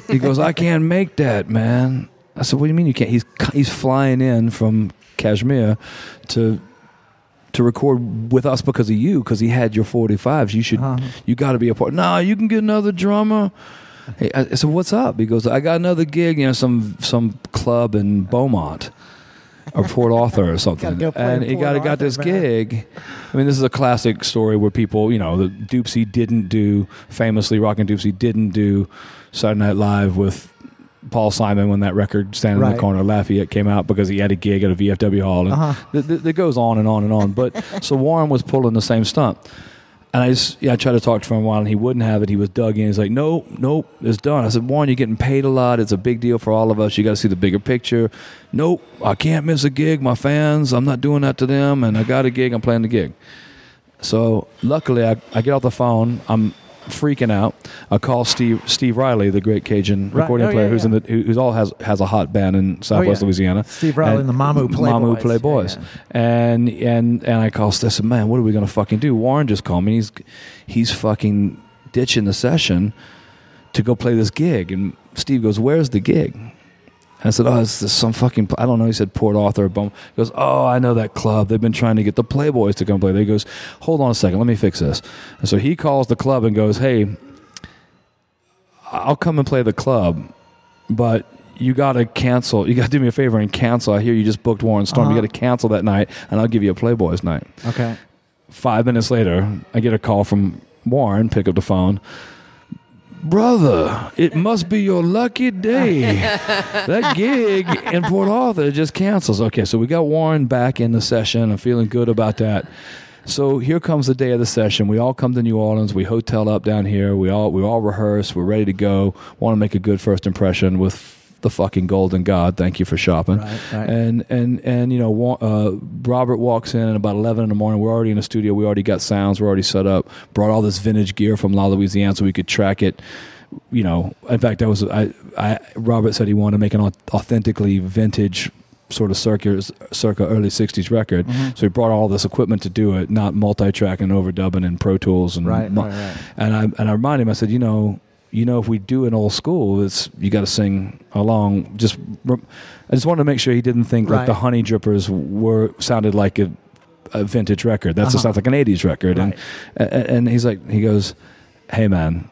C: He goes, I can't make that, man. I said, What do you mean you can't? He's he's flying in from Kashmir to to record with us because of you, because he had your 45s. You should,
A: Uh-huh.
C: you got to be a part. Nah, you can get another drummer. Hey, I, I said, What's up? He goes, I got another gig, you know, some some club in Beaumont or Port Arthur or something.
A: go play
C: and
A: in
C: he got
A: Port
C: got this
A: Arthur, man.
C: gig. I mean, this is a classic story where people, you know, the Doopsie didn't do famously Rockin' Doopsie didn't do Saturday Night Live with Paul Simon when that record "Standing in
A: Right.
C: the Corner" Lafayette came out because he had a gig at a VFW hall, and
A: Uh-huh.
C: th- th- it goes on and on and on. But so Warren was pulling the same stunt. And I just, yeah, I tried to talk to him a while, and he wouldn't have it. He was dug in. He's like, nope, nope, it's done. I said, Warren, you're getting paid a lot. It's a big deal for all of us. You got to see the bigger picture. Nope, I can't miss a gig. My fans, I'm not doing that to them. And I got a gig. I'm playing the gig. So luckily, I, I get off the phone. I'm freaking out. I call Steve Steve Riley, the great Cajun
A: Right.
C: recording
A: Oh,
C: player,
A: yeah,
C: who's
A: yeah.
C: in the who, who's all has has a hot band in Southwest
A: Oh, yeah.
C: Louisiana.
A: Steve Riley and the Mamu Playboys.
C: uh, Mamu Playboys.
A: Yeah,
C: And and and I call Steve. I said, "Man, what are we gonna fucking do?" Warren just called me. He's he's fucking ditching the session to go play this gig. And Steve goes, "Where's the gig?" And I said, "Oh, it's this some fucking pl- I don't know." He said, "Port Arthur." Bum. He goes, "Oh, I know that club. They've been trying to get the Playboys to come play." There he goes, "Hold on a second. Let me fix this." And so he calls the club and goes, "Hey, I'll come and play the club, but you got to cancel. You got to do me a favor and cancel. I hear you just booked Warren Storm. You
A: Uh-huh.
C: got to cancel that night, and I'll give you a Playboys night."
A: Okay.
C: Five minutes later, I get a call from Warren, pick up the phone. Brother, it must be your lucky day. that gig in Port Arthur just cancels. Okay, so we got Warren back in the session. I'm feeling good about that. So here comes the day of the session. We all come to New Orleans. We hotel up down here. We all we all rehearse. We're ready to go. Want to make a good first impression with the fucking Golden God. Thank you for shopping
A: Right, right.
C: and and and you know wa- uh, Robert walks in at about eleven in the morning. We're already in the studio. We already got sounds. We're already set up. Brought all this vintage gear from La Louisiana so we could track it. You know, in fact, that was I. I Robert said he wanted to make an au- authentically vintage sort of circa, circa early '60s record.
A: Mm-hmm.
C: So he brought all this equipment to do it, not multi-track and overdubbing and Pro Tools and
A: Right,
C: mu-
A: right, right.
C: and I and I reminded him. I said, you know, you know, if we do an old school, it's you got to sing along. Just rem- I just wanted to make sure he didn't think like
A: Right.
C: the Honey Drippers were sounded like a, a vintage record. That just
A: Uh-huh.
C: sounds like an '80s record. And And and he's like, he goes, hey man,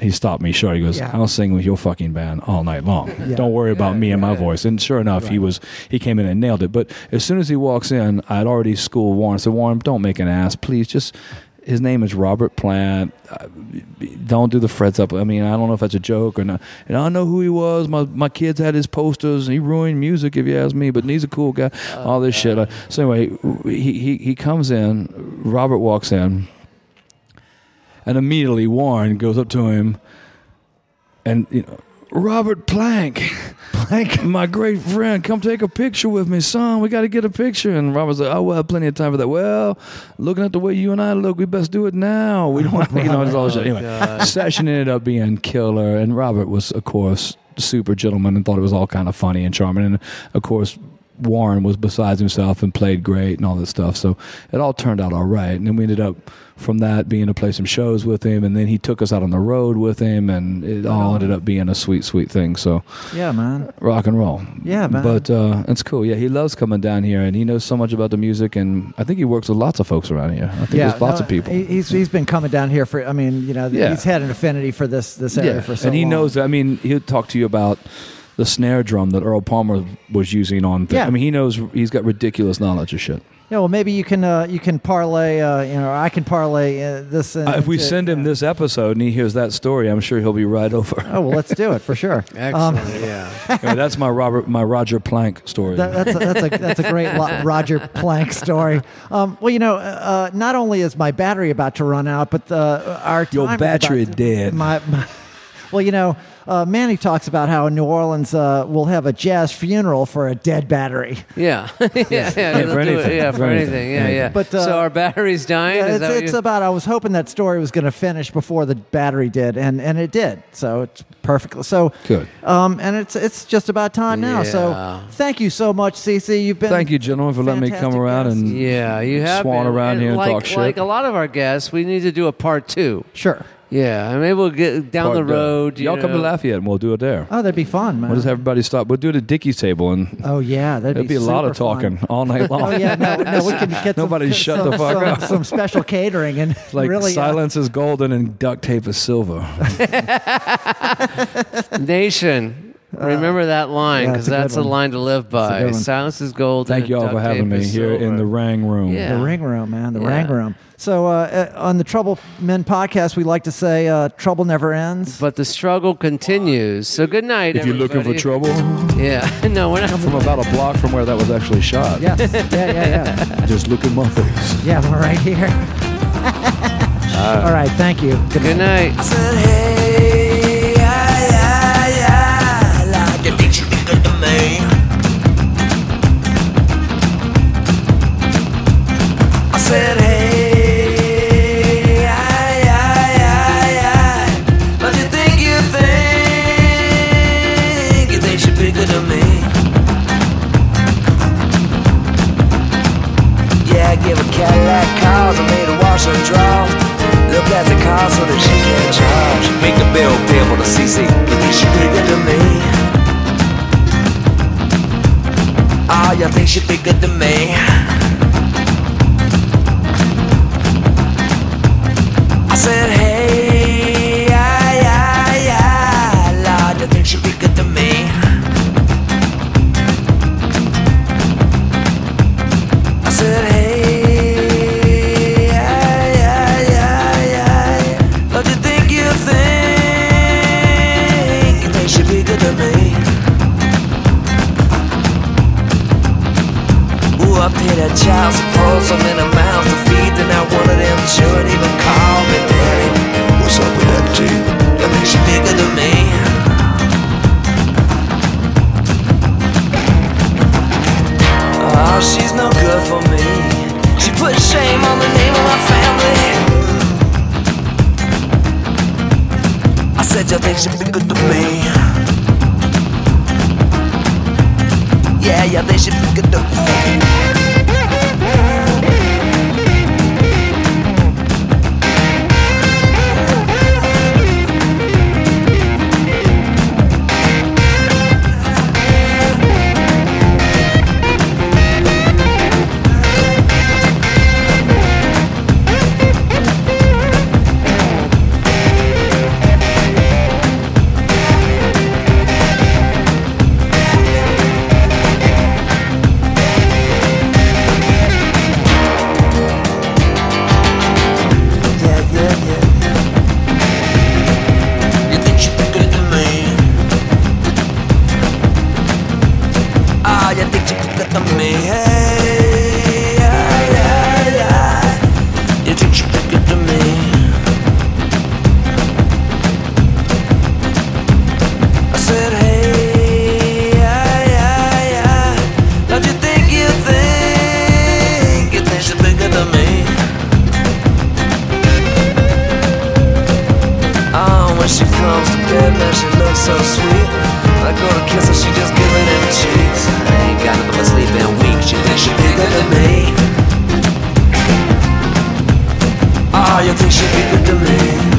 C: he stopped me short. He goes,
A: Yeah.
C: "I'll sing with your fucking band all night long.
A: Yeah.
C: Don't worry about me and my voice." And sure enough, he was he came in and nailed it. But as soon as he walks in, I'd already schooled Warren. So Warren, don't make an ass, please. Just his name is Robert Plant. Uh, Don't do the frets up. I mean, I don't know if that's a joke or not. And I know who he was. My my kids had his posters. And he ruined music, if you ask me. But he's a cool guy.
A: Oh,
C: all this shit. Like, so anyway, he, he he comes in. Robert walks in. And immediately Warren goes up to him and you know, Robert Plank, Plank, my great friend, come take a picture with me, son. We got to get a picture. And Robert's like, oh, we'll have plenty of time for that. Well, looking at the way you and I look, we best do it now. We don't want, you know, it's all shit. Anyway, session ended up being killer, and Robert was, of course, super gentleman and thought it was all kind of funny and charming. And of course, Warren was besides himself and played great and all this stuff. So it all turned out all right. And then we ended up from that being to play some shows with him. And then he took us out on the road with him. And it all ended up being a sweet, sweet thing. So
A: Yeah, man.
C: rock and roll.
A: Yeah, man.
C: But uh, it's cool. Yeah, he loves coming down here and he knows so much about the music. And I think he works with lots of folks around here. I think there's lots
A: no,
C: of people.
A: he- He's he's been coming down here for. I mean, you know,
C: Yeah.
A: he's had an affinity for this this area for so
C: and he
A: long.
C: knows. I mean, he'll talk to you about the snare drum that Earl Palmer was using on. Th-
A: Yeah.
C: I mean, he knows. He's got ridiculous knowledge of shit.
A: Yeah, well, maybe you can uh, you can parlay. Uh, you know, I can parlay uh, this.
C: Uh, if we
A: into-
C: send him this episode and he hears that story, I'm sure he'll be right over.
A: Oh well, let's do it for sure.
B: Excellent.
C: Um,
B: yeah.
C: Anyway, that's my Robert, my Roger Plank story.
A: That, that's, a, that's, a, that's a great lo- Roger Plank story. Um, well, you know, uh, not only is my battery about to run out, but uh, our
C: Your
A: time is
C: battery
A: about to-
C: dead.
A: My, my, well, you know, uh, Manny talks about how in New Orleans uh, we'll have a jazz funeral for a dead battery.
B: Yeah. yeah. Yeah. they'll
C: for
B: do it.
C: anything.
B: Yeah.
C: For
B: For
C: anything.
B: anything. Yeah. Yeah.
A: But, uh,
B: so our battery's dying.
A: Yeah,
B: Is
A: it's,
B: that what
A: it's
B: you-
A: about. I was hoping that story was going to finish before the battery did, and, and it did. So it's perfectly so
C: Good.
A: Um, and it's it's just about time now.
B: Yeah.
A: So thank you so much, Cece. You've been
C: Thank you, gentlemen, for letting me come
A: fantastic
C: around
A: guest.
C: and
B: yeah. You have
C: swan
B: been.
C: around here and
B: like,
C: talk shit.
B: Like a lot of our guests, we need to do a part two.
A: Sure.
B: Yeah. I mean, we'll get down
C: Part
B: the
C: done.
B: road. you
C: Y'all come to
B: know.
C: Lafayette and we'll do it there.
A: Oh, that'd be fun, man.
C: We'll just have everybody stop. We'll do it at Dickie's table and
A: oh yeah, that'd,
C: it'll be a lot of
A: super fun.
C: talking all night long.
A: Oh yeah, no, no, we can get
C: Nobody
A: some,
C: shut
A: some,
C: the fuck
A: some,
C: up.
A: Some special catering and
C: Like
A: really uh,
C: silence is golden and duct tape is silver.
B: Nation.
C: Uh,
B: Remember that line
A: yeah,
B: because
A: it's a good
B: that's a
A: one.
B: line to live
A: good
B: by.
A: one.
B: Silence is gold.
C: Thank you all for having me here in the Rang Room.
B: Yeah.
A: The ring room, man. The
B: Yeah.
A: ring room. So uh, uh, on the Trouble Men podcast, we like to say uh, trouble never ends.
B: But the struggle continues. So good night.
C: If you're looking for
B: everybody.
C: trouble,
B: Yeah. No, we're not.
C: from about a block from where that was actually shot.
A: yes. Yeah, yeah, yeah.
C: Just look in my face.
A: yeah, we're right here. All right. Thank you. Good
B: Good night.
D: said, hey, yeah, yeah, yeah, like a teacher did to me. I said, hey, yeah, yeah, yeah, yeah, but you think you think you think you're bigger than me. Yeah, I give a Cadillac cars, I made her wash and draw. Look at the car so that she can charge. Make the bill payable to CC. You think she bigger than me? Ah, y'all think she bigger than me? I said, hey, yeah, yeah, yeah, Lord, you think she bigger than me? I said, hey, yeah, yeah, yeah, yeah. Don't you think you think you think she'd be good to me? Ooh, I paid a child support, so many mouths to feed, then I wanted them children even call me daddy. What's up with that G? That makes you bigger than me. Oh, she's no good for me. She put shame on the name of my family. I said, y'all think she'd be good to me. Yeah, y'all think she'd be good to me. Ah, Oh, comes to bed, man, she looks so sweet. I go to kiss her, she just giving him cheeks. I ain't got nothing but sleep and weak. She thinks she bigger than me. Oh, you think she bigger than me? Oh,